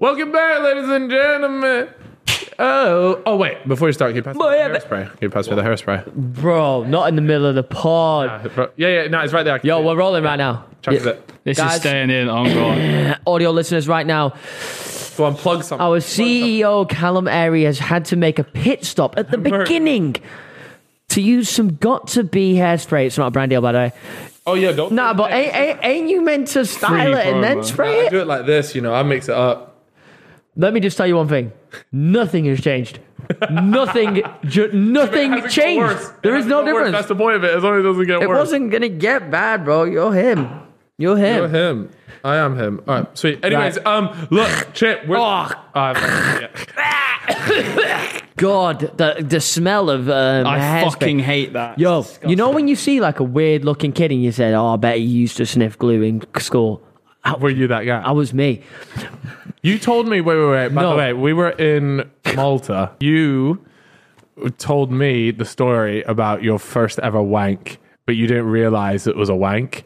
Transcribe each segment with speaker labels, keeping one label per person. Speaker 1: Welcome back, ladies and gentlemen. Oh, oh wait! Before you start, can you pass me
Speaker 2: Boy,
Speaker 1: the hairspray? Can you pass me the hairspray?
Speaker 2: Bro, not in the middle of the pod.
Speaker 1: Yeah, yeah, no, it's right there. I can
Speaker 2: Yo,
Speaker 1: see it.
Speaker 2: we're rolling right now.
Speaker 1: Chuck
Speaker 2: Yeah.
Speaker 1: it.
Speaker 3: This
Speaker 2: Guys.
Speaker 3: is staying in on God.
Speaker 2: Audio listeners, right now,
Speaker 1: Go on, plug something.
Speaker 2: our CEO Callum Airy has had to make a pit stop at the beginning to use some got to be hairspray. It's not a brand deal, by the way.
Speaker 1: Oh yeah, don't.
Speaker 2: Nah, but ain't, ain't, ain't you meant to style
Speaker 3: Free
Speaker 2: it and then
Speaker 3: promo.
Speaker 2: spray
Speaker 1: I
Speaker 2: it?
Speaker 1: do it like this, you know. I mix it up.
Speaker 2: Let me just tell you one thing: nothing has changed. nothing, ju-
Speaker 1: It
Speaker 2: nothing
Speaker 1: hasn't got
Speaker 2: changed.
Speaker 1: worse. It
Speaker 2: There is
Speaker 1: hasn't
Speaker 2: no
Speaker 1: got worse.
Speaker 2: difference.
Speaker 1: That's the point of it. As long as it doesn't get
Speaker 2: It
Speaker 1: worse.
Speaker 2: wasn't gonna get bad, bro. You're him. You're him.
Speaker 1: You're him. I am him. All right, sweet. Anyways,
Speaker 2: Right.
Speaker 1: um, look, Chip. We're,
Speaker 2: Oh.
Speaker 1: I've- yeah.
Speaker 2: God, the the smell of um,
Speaker 3: I
Speaker 2: hairspray.
Speaker 3: fucking hate that.
Speaker 2: Yo, you know when you see like a weird looking kid and you said, "Oh, I bet he used to sniff glue in school."
Speaker 1: Were you that guy?
Speaker 2: I was me.
Speaker 1: You told me. Wait, wait, wait. By the
Speaker 2: No.
Speaker 1: way, we were in Malta. you told me the story about your first ever wank, but you didn't realize it was a wank.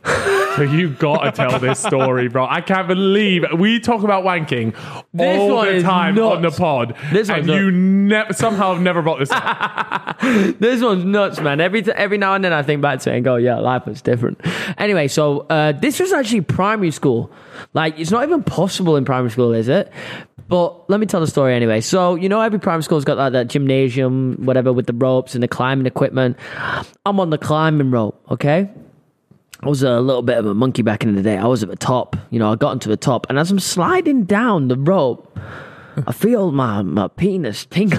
Speaker 1: so you gotta tell this story, bro. I can't believe we talk about wanking
Speaker 2: This
Speaker 1: all
Speaker 2: one
Speaker 1: the
Speaker 2: is
Speaker 1: time on the
Speaker 2: nuts.
Speaker 1: pod,
Speaker 2: This
Speaker 1: and
Speaker 2: one's
Speaker 1: you never somehow have never brought this up.
Speaker 2: This one's nuts, man. Every t- every now and then I think back to it and go, "Yeah, life was different." Anyway, so uh, this was actually primary school. Like, it's not even possible in primary school, is it? But let me tell the story anyway. So you know, every primary school's got like that gymnasium, whatever, with the ropes and the climbing equipment. I'm on the climbing rope, okay. I was a little bit of a monkey back in the day. I was at the top, you know. I got into the top, and as I'm sliding down the rope, I feel my my penis tingle.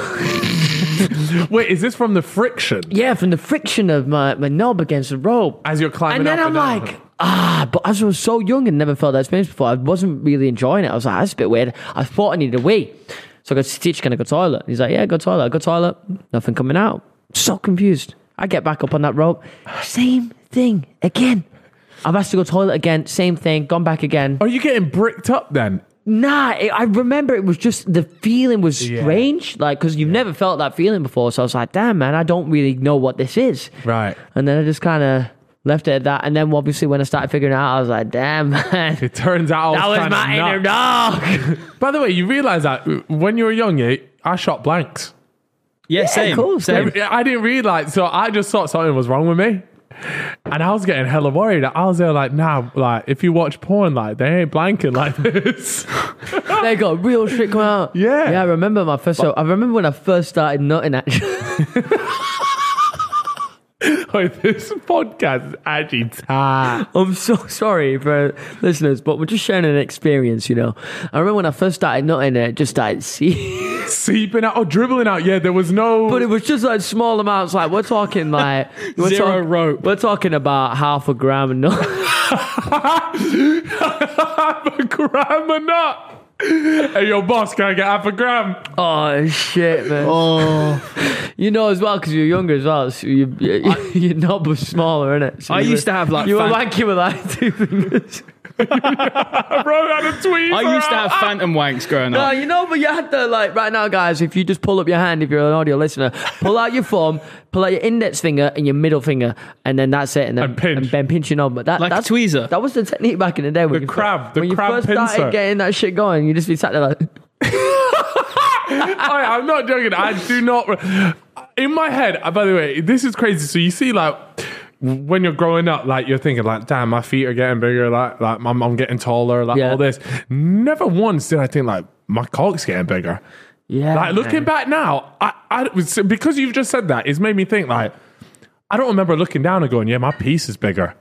Speaker 1: Wait, is this from the friction?
Speaker 2: Yeah, from the friction of my, my knob against the rope.
Speaker 1: As you're climbing
Speaker 2: and then
Speaker 1: up
Speaker 2: I'm
Speaker 1: and down.
Speaker 2: like, ah, but as I was so young and never felt that experience before, I wasn't really enjoying it. I was like, "Ah, that's a bit weird. I thought I needed a wee. So I go to teach, can I go toilet? He's like, yeah, go toilet. I go toilet. Nothing coming out. So confused. I get back up on that rope. Same thing again. I've asked to go toilet again. Same thing. Gone back again.
Speaker 1: Are you getting bricked up then?
Speaker 2: Nah, it, I remember it was just the feeling was
Speaker 1: Yeah.
Speaker 2: strange, like because you've never felt that feeling before. So I was like, damn, man, I don't really know what this is.
Speaker 1: Right.
Speaker 2: And then I just kind of left it at that. And then obviously when I started figuring it out, I was like, damn, man.
Speaker 1: It turns out
Speaker 2: That was
Speaker 1: kinda
Speaker 2: my inner
Speaker 1: nuts.
Speaker 2: dog.
Speaker 1: By the way, you realize that uh, when you were young, yeah, I shot blanks.
Speaker 3: yeah, same.
Speaker 2: of course,
Speaker 3: same.
Speaker 2: man.
Speaker 1: I didn't realize, so I just thought something was wrong with me. And I was getting hella worried. I was there like, nah, like if you watch porn, like they ain't blanking like this.
Speaker 2: they got real shit coming out.
Speaker 1: Yeah.
Speaker 2: Yeah, I remember my first. So I remember when I first started nutting. Actually,
Speaker 1: like this podcast is actually tight.
Speaker 2: I'm so sorry for listeners, but we're just sharing an experience, you know. I remember when I first started nutting, it just started see.
Speaker 1: Seeping out, oh, dribbling out. Yeah, there was no.
Speaker 2: But it was just like small amounts. Like we're talking like we're
Speaker 3: Zero rope.
Speaker 2: We're talking about half a gram and not.
Speaker 1: half a gram or not. Hey, yo, boss, can I get half a gram?
Speaker 2: Oh shit, man!
Speaker 3: Oh.
Speaker 2: you know as well because you're younger as well. So you, you, your knob was smaller, innit? So
Speaker 3: I
Speaker 2: you
Speaker 3: used
Speaker 2: were-
Speaker 3: to have, like,
Speaker 2: you were
Speaker 3: fan-
Speaker 2: wanking with like two fingers.
Speaker 1: I wrote out a tweet.
Speaker 3: I
Speaker 1: for
Speaker 3: used to
Speaker 1: how-
Speaker 3: have phantom wanks growing
Speaker 2: No,
Speaker 3: up.
Speaker 2: you know, but you had to like right now, guys. If you just pull up your hand, if you're an audio listener, pull out your thumb, pull out your index finger and your middle finger, and then that's it. And then
Speaker 1: And pinch.
Speaker 2: and then pinch your knob. But that
Speaker 3: Like a
Speaker 2: that's,
Speaker 3: tweezer.
Speaker 2: That was the technique back in the day. When
Speaker 1: The
Speaker 2: you fir-
Speaker 1: crab- the
Speaker 2: when you
Speaker 1: crab
Speaker 2: first
Speaker 1: pincer.
Speaker 2: started getting that shit going, you just be sat there like.
Speaker 1: I, I'm not joking. I do not. re- In my head, uh, by the way, this is crazy. So you see, like, when you're growing up, like you're thinking, like, damn, my feet are getting bigger, like, like I'm, I'm getting taller, like
Speaker 2: Yeah.
Speaker 1: all this. Never once did I think like my cock's getting bigger.
Speaker 2: Yeah,
Speaker 1: Like looking
Speaker 2: man.
Speaker 1: back now, I, I so because you've just said that, it's made me think like I don't remember looking down and going, yeah, my piece is bigger.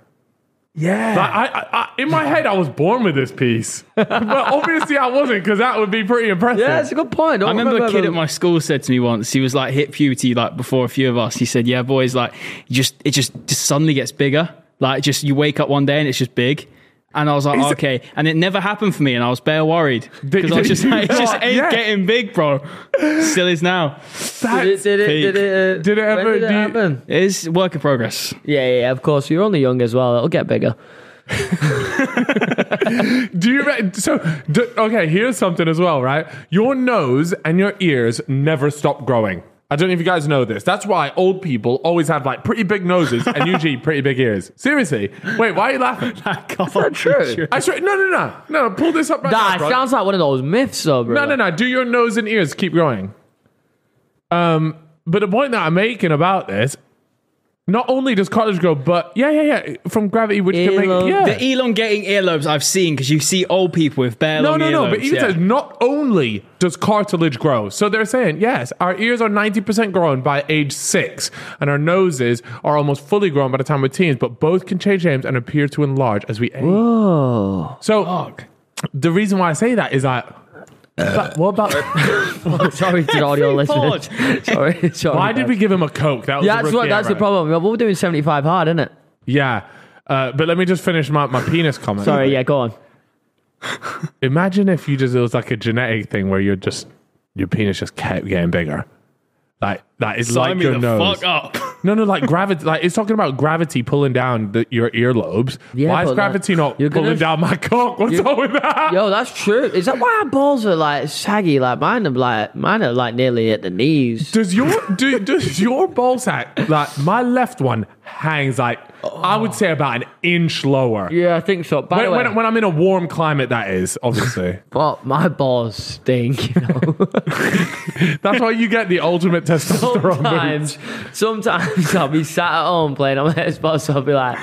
Speaker 2: yeah,
Speaker 1: Like, I, I, I, in my head, I was born with this piece, but obviously I wasn't because that would be pretty impressive.
Speaker 2: yeah. It's a good point.
Speaker 3: I remember a kid at my school said to me once, he was like hit puberty like before a few of us. He said, Yeah, boys, like you just it just, just suddenly gets bigger. Like just you wake up one day and it's just big. And I was like,
Speaker 1: Is it-
Speaker 3: okay. And it never happened for me, and I was bare worried. Because I was just like, it just
Speaker 1: Did-
Speaker 3: ain't
Speaker 1: yeah.
Speaker 3: getting big, bro. Still is now.
Speaker 1: That's-
Speaker 2: Did it, did it, did it, uh,
Speaker 1: Did it
Speaker 2: when
Speaker 1: ever-
Speaker 2: did it
Speaker 1: do you-
Speaker 2: happen?
Speaker 3: It is work in progress.
Speaker 2: Yeah, yeah, yeah, of course. You're only young as well. It'll get bigger.
Speaker 1: Do you re- so? Do, okay, here's something as well, right? Your nose and your ears never stop growing. I don't know if you guys know this. That's why old people always have like pretty big noses and usually pretty big ears. Seriously. Wait, why are you laughing?
Speaker 3: That's
Speaker 2: not true.
Speaker 1: I swear, no, no, no, no. no, Pull this up right now,
Speaker 2: That
Speaker 1: bro.
Speaker 2: sounds like one of those myths, though, bro.
Speaker 1: No, no, no. Do your nose and ears keep going. Um, but the point that I'm making about this, not only does college go, but yeah, yeah, yeah, from gravity, which can
Speaker 2: Elon-
Speaker 1: make yeah.
Speaker 3: The elongating earlobes I've seen because you see old people with bare
Speaker 1: no,
Speaker 3: long
Speaker 1: no,
Speaker 3: earlobes.
Speaker 1: no. But even
Speaker 3: yeah.
Speaker 1: says not only does cartilage grow, so they're saying yes, our ears are ninety percent grown by age six, and our noses are almost fully grown by the time we're teens. But both can change names and appear to enlarge as we age.
Speaker 2: Oh.
Speaker 1: So the reason why I say that is that. but what about
Speaker 2: Sorry to all your
Speaker 3: Pod.
Speaker 2: listeners. Sorry, sorry.
Speaker 1: why did we give him a coke? That was a
Speaker 2: That's
Speaker 1: rookie
Speaker 2: what. That's the
Speaker 1: error.
Speaker 2: problem. Well, We're doing seventy-five hard, isn't it?
Speaker 1: Yeah. Uh, but let me just finish my, my penis comment.
Speaker 2: Sorry. Yeah. Go on.
Speaker 1: Imagine if you just, it was like a genetic thing where you're just, your penis just kept getting bigger. Like, that is
Speaker 3: Sign
Speaker 1: like
Speaker 3: me
Speaker 1: your
Speaker 3: the
Speaker 1: nose.
Speaker 3: fuck up.
Speaker 1: No, no, like gravity. Like, it's talking about gravity pulling down the, your earlobes.
Speaker 2: Yeah,
Speaker 1: Why is
Speaker 2: but
Speaker 1: gravity
Speaker 2: like,
Speaker 1: not
Speaker 2: you're
Speaker 1: pulling
Speaker 2: gonna-
Speaker 1: down my cock? What's up with that?
Speaker 2: Yo, that's true. Is that why our balls are like saggy? Like mine are like mine are like nearly at the knees.
Speaker 1: Does your do, does your ball sack like my left one hangs like I would say about an inch lower
Speaker 2: Yeah, I think so. By
Speaker 1: when,
Speaker 2: the way,
Speaker 1: when, when I'm in a warm climate that is obviously
Speaker 2: well, my balls stink. You know,
Speaker 1: that's why you get the ultimate testosterone boost.
Speaker 2: sometimes, sometimes I'll be sat at home playing on my Xbox. I'll be like,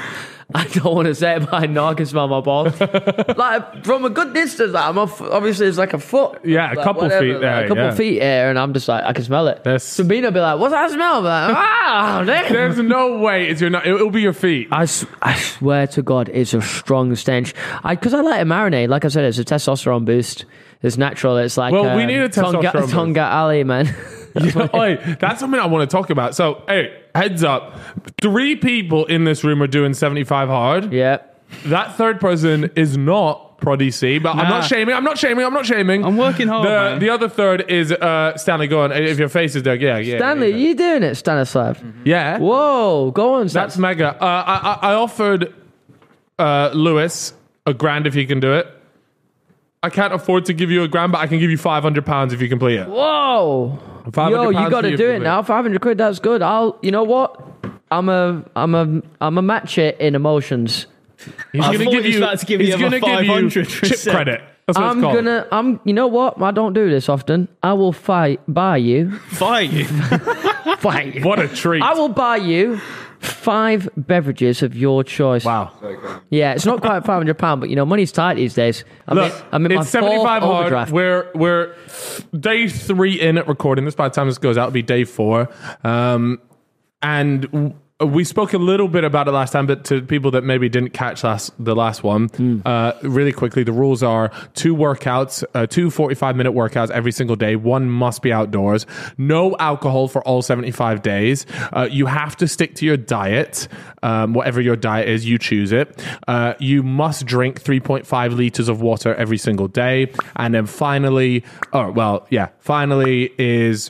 Speaker 2: I don't want to say it, but I know I can smell my balls. like from a good distance, like I'm off, obviously it's like a foot.
Speaker 1: Yeah, a
Speaker 2: like,
Speaker 1: couple
Speaker 2: whatever,
Speaker 1: feet
Speaker 2: like,
Speaker 1: there,
Speaker 2: a couple
Speaker 1: yeah.
Speaker 2: feet here, and I'm just like, I can smell it.
Speaker 1: That's-
Speaker 2: Sabina be like, "What's that smell?" I'm like, "Ah, damn."
Speaker 1: There's no way it's your. no- It'll be your feet.
Speaker 2: I, s- I swear to God, it's a strong stench. I because I let it marinate. Like I said, it's a testosterone boost. It's natural. It's like
Speaker 1: Well, we
Speaker 2: um,
Speaker 1: need a
Speaker 2: Tonga,
Speaker 1: testosterone boost.
Speaker 2: Tonga Alley, man.
Speaker 1: Oi, that's something I want to talk about. So, hey, heads up. Three people in this room are doing 75 hard.
Speaker 2: yeah.
Speaker 1: That third person is not Proddy C, but I'm
Speaker 3: Nah.
Speaker 1: not shaming. I'm not shaming. I'm not shaming.
Speaker 3: I'm working hard,
Speaker 1: The,
Speaker 3: man.
Speaker 1: the other third is uh, Stanley. Go on. If your face is there, yeah, yeah.
Speaker 2: Stanley,
Speaker 1: yeah.
Speaker 2: you doing it, Stanislav?
Speaker 1: yeah.
Speaker 2: Whoa, go on, Stan.
Speaker 1: That's mega. Uh, I, I I offered uh, Lewis a grand if he can do it. I can't afford to give you a grand, but I can give you 500 pounds if you complete it.
Speaker 2: Whoa.
Speaker 1: 500
Speaker 2: Yo, you
Speaker 1: pounds
Speaker 2: got
Speaker 1: for
Speaker 2: to
Speaker 1: you
Speaker 2: do
Speaker 1: for
Speaker 2: it
Speaker 1: me.
Speaker 2: now. Five hundred quid. That's good. I'll. You know what? I'm a. I'm a. I'm a match it in emotions.
Speaker 1: He's
Speaker 3: I
Speaker 1: going to
Speaker 3: thought
Speaker 1: give
Speaker 3: he was
Speaker 1: you.
Speaker 3: about to give
Speaker 1: he's
Speaker 3: me
Speaker 1: gonna
Speaker 3: about
Speaker 1: give you
Speaker 3: 500%.
Speaker 1: chip credit. That's what
Speaker 2: I'm
Speaker 1: it's called.
Speaker 2: gonna. I'm. You know what? I don't do this often. I will fight. Buy you.
Speaker 3: Fine.
Speaker 2: Fight you.
Speaker 1: What a treat!
Speaker 2: I will buy you five beverages of your choice.
Speaker 1: wow.
Speaker 2: Yeah, it's not quite five hundred pound, but you know, money's tight these days. I
Speaker 1: Look,
Speaker 2: mean, I'm in my
Speaker 1: it's 75
Speaker 2: fourth
Speaker 1: hard.
Speaker 2: overdraft.
Speaker 1: We're we're day three in at recording this. By the time this goes out, it'll be day four. Um, and w- we spoke a little bit about it last time, but to people that maybe didn't catch last the last one,
Speaker 2: Hmm.
Speaker 1: uh, really quickly, the rules are two workouts, uh, two 45 minute workouts every single day. One must be outdoors. No alcohol for all 75 days. Uh, you have to stick to your diet, um, whatever your diet is, you choose it. Uh, you must drink 3.5 liters of water every single day. And then finally, oh, well, yeah, finally is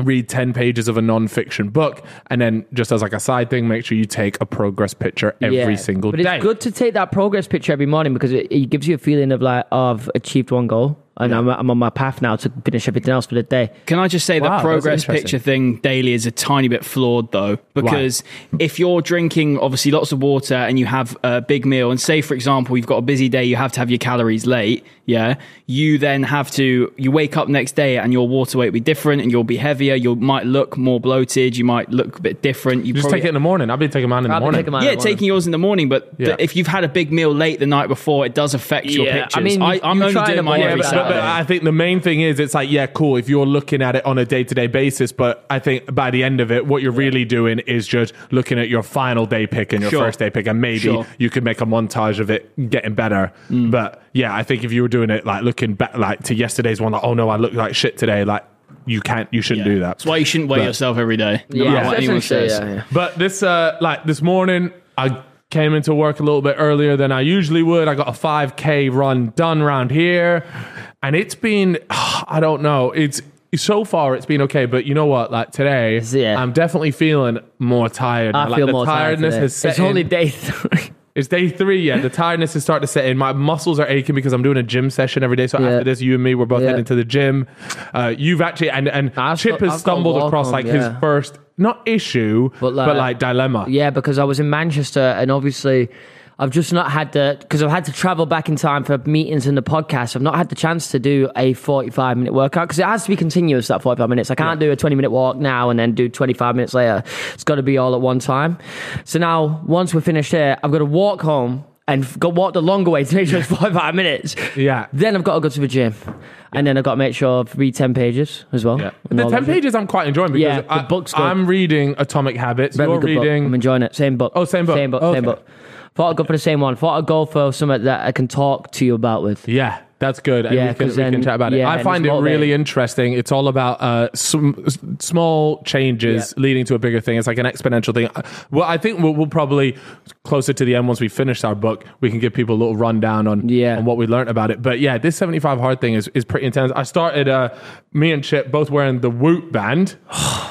Speaker 1: read 10 pages of a non-fiction book and then just as like a side thing make sure you take a progress picture every
Speaker 2: Yeah,
Speaker 1: single
Speaker 2: but
Speaker 1: day
Speaker 2: it's good to take that progress picture every morning because it, it gives you a feeling of like, oh, I've achieved one goal and I'm, I'm on my path now to finish everything else for the day.
Speaker 3: Can I just say
Speaker 1: Wow,
Speaker 3: the
Speaker 1: that's
Speaker 3: progress
Speaker 1: interesting.
Speaker 3: picture thing daily is a tiny bit flawed though, because if you're drinking obviously lots of water and you have a big meal, and say for example you've got a busy day, you have to have your calories late, yeah, you then have to you wake up next day and your water weight will be different and you'll be heavier, you might look more bloated, you might look a bit different. You
Speaker 1: just
Speaker 3: probably-
Speaker 1: take it in the morning i've been taking mine in the
Speaker 2: I've been
Speaker 1: morning
Speaker 2: taking mine in
Speaker 3: yeah,
Speaker 2: the morning.
Speaker 3: taking yours in the morning, but
Speaker 1: Yeah.
Speaker 3: the, if you've had a big meal late the night before, it does affect your
Speaker 2: Yeah, I
Speaker 3: pictures.
Speaker 2: mean,
Speaker 3: I,
Speaker 2: you-
Speaker 3: I'm
Speaker 2: you
Speaker 3: only
Speaker 2: try to
Speaker 3: doing mine
Speaker 2: avoid
Speaker 3: every
Speaker 2: that,
Speaker 1: but, but
Speaker 3: Saturday.
Speaker 1: I think the main thing is it's like yeah cool if you're looking at it on a day-to-day basis but I think by the end of it what you're really doing is just looking at your final day pick and your
Speaker 3: Sure.
Speaker 1: first day pick and maybe
Speaker 3: Sure. Mm.
Speaker 1: you could make a montage of it getting better but yeah I think if you were doing it like looking back like to yesterday's one like oh no I look like shit today like you can't you shouldn't do that
Speaker 3: That's why you shouldn't weigh
Speaker 1: But-
Speaker 3: yourself every day. No
Speaker 2: Yeah,
Speaker 3: matter what anyone
Speaker 2: essentially,
Speaker 3: says.
Speaker 2: yeah, yeah.
Speaker 1: But this, uh, like this morning, I came into work a little bit earlier than I usually would. I got a 5K run done round here, and it's been, I don't know, it's so far it's been okay. But you know what? Like today,
Speaker 2: Yeah.
Speaker 1: I'm definitely feeling more tired.
Speaker 2: I
Speaker 1: like
Speaker 2: feel
Speaker 1: the
Speaker 2: more tired
Speaker 1: tiredness
Speaker 2: today.
Speaker 1: has set
Speaker 2: It's only
Speaker 1: in.
Speaker 2: day three.
Speaker 1: It's day three yet. The tiredness is starting to set in. My muscles are aching because I'm doing a gym session every day. So
Speaker 2: Yeah.
Speaker 1: after this, you and me, we're both
Speaker 2: Yeah.
Speaker 1: heading to the gym. Uh, you've actually and and
Speaker 2: I've
Speaker 1: Chip
Speaker 2: got- I've got
Speaker 1: has stumbled
Speaker 2: walk
Speaker 1: across
Speaker 2: on,
Speaker 1: like his
Speaker 2: yeah.
Speaker 1: first not issue, but
Speaker 2: But like-
Speaker 1: like, dilemma.
Speaker 2: Yeah, because I was in Manchester and obviously I've just not had the because I've had to travel back in time for meetings and the podcast. I've not had the chance to do a 45 minute workout because it has to be continuous that 45 minutes. I can't do a 20 minute walk now and then do 25 minutes later. It's got to be all at one time. So now once we're finished here, I've got to walk home and f- go walk the longer way to make sure it's 45 minutes.
Speaker 1: Yeah.
Speaker 2: Then I've got to go to the gym. And then I've got to make sure I've read 10 pages as well.
Speaker 1: Yeah.
Speaker 2: and
Speaker 1: The
Speaker 2: all
Speaker 1: ten
Speaker 2: that shit.
Speaker 1: pages I'm quite enjoying because
Speaker 2: Yeah, the
Speaker 1: I,
Speaker 2: book's good.
Speaker 1: I'm reading Atomic Habits.
Speaker 2: Very
Speaker 1: You're
Speaker 2: good book. I'm
Speaker 1: reading.
Speaker 2: enjoying it. Same book.
Speaker 1: Oh, same book.
Speaker 2: Same book. Same
Speaker 1: Okay.
Speaker 2: book. Thought I'd go for the same one. Thought I'd go for something that I can talk to you about with.
Speaker 1: Yeah, that's good. And
Speaker 2: Yeah,
Speaker 1: we, can,
Speaker 2: 'cause
Speaker 1: we can
Speaker 2: then-
Speaker 1: chat about
Speaker 2: yeah,
Speaker 1: it.
Speaker 2: and
Speaker 1: I find
Speaker 2: it's
Speaker 1: it really
Speaker 2: motivating.
Speaker 1: interesting. It's all about uh, sm- s- small changes leading to a bigger thing. It's like an exponential thing. Uh, Well, I think we'll, we'll probably closer to the end once we finish our book, we can give people a little rundown on
Speaker 2: Yeah.
Speaker 1: on what we learned about it. But yeah, this seventy five hard thing is is pretty intense. I started. Uh, me and Chip both wearing the Woot band.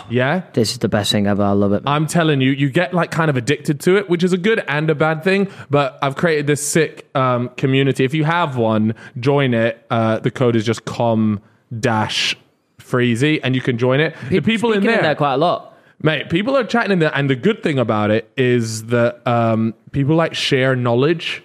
Speaker 1: yeah,
Speaker 2: This is the best thing ever. I love it.
Speaker 1: I'm telling you, you get like kind of addicted to it, which is a good and a bad thing. But I've created this sick um, community. If you have one, join it. Uh, the code is just com dash freezy, and you can join it. the people in
Speaker 2: Speaking
Speaker 1: there,
Speaker 2: quite a lot.
Speaker 1: mate, people are chatting in there, and the good thing about it is that um, people like share knowledge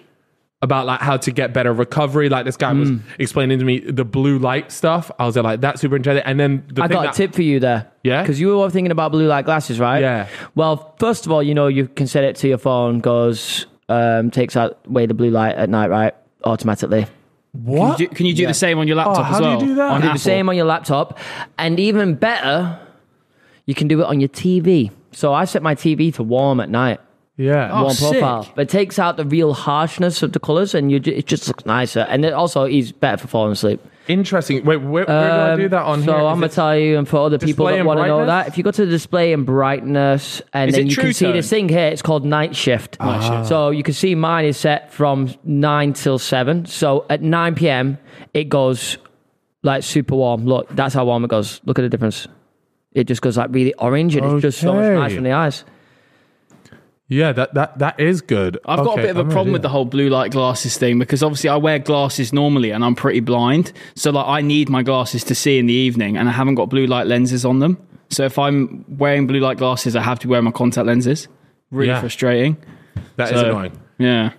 Speaker 1: about like how to get better recovery. Like this guy was
Speaker 2: Mm.
Speaker 1: explaining to me the blue light stuff. I was there like that's super interesting. And then the
Speaker 2: I
Speaker 1: thing
Speaker 2: got
Speaker 1: that-
Speaker 2: a tip for you there.
Speaker 1: Yeah?
Speaker 2: Because you were thinking about blue light glasses, right?
Speaker 1: Yeah.
Speaker 2: Well, first of all, you know, you can set it to your phone, goes, um, takes out away the blue light at night, right? Automatically.
Speaker 1: What?
Speaker 3: Do- can you do
Speaker 2: Yeah.
Speaker 3: the same on your laptop
Speaker 1: Oh, how
Speaker 3: as
Speaker 1: do you
Speaker 3: well?
Speaker 1: do that?
Speaker 3: On
Speaker 1: Do
Speaker 2: Do
Speaker 3: Apple?
Speaker 2: the same on your laptop. And even better, you can do it on your TV. So I set my TV to warm at night.
Speaker 1: yeah.
Speaker 3: Oh,
Speaker 2: one
Speaker 3: sick.
Speaker 2: profile. But it takes out the real harshness of the colors, and you ju- it just looks nicer. And it also is better for falling asleep.
Speaker 1: Interesting. Wait, where, where do I
Speaker 2: Um,
Speaker 1: do that on
Speaker 2: so
Speaker 1: here? Is
Speaker 2: I'm gonna
Speaker 1: it-
Speaker 2: tell you, and for other people
Speaker 1: display
Speaker 2: that
Speaker 1: and
Speaker 2: want to know
Speaker 1: brightness?
Speaker 2: that, if you go to the display and brightness, and
Speaker 3: Is
Speaker 2: then
Speaker 3: it
Speaker 2: you can
Speaker 3: True
Speaker 2: see this
Speaker 3: Tone?
Speaker 2: thing here, it's called night shift. Ah. So you can see mine is set from nine till seven. So at nine p.m. it goes like super warm. Look, that's how warm it goes. Look at the difference. It just goes like really orange, and it's just so much
Speaker 1: Okay.
Speaker 2: nicer in the eyes.
Speaker 1: Yeah, that that that is good.
Speaker 3: I've got a bit of a problem with the whole blue light glasses thing because obviously I wear glasses normally and I'm pretty blind. So like I need my glasses to see in the evening and I haven't got blue light lenses on them. So if I'm wearing blue light glasses, I have to wear my contact lenses. Really
Speaker 1: Yeah.
Speaker 3: frustrating.
Speaker 1: That is
Speaker 3: So,
Speaker 1: annoying.
Speaker 3: Yeah.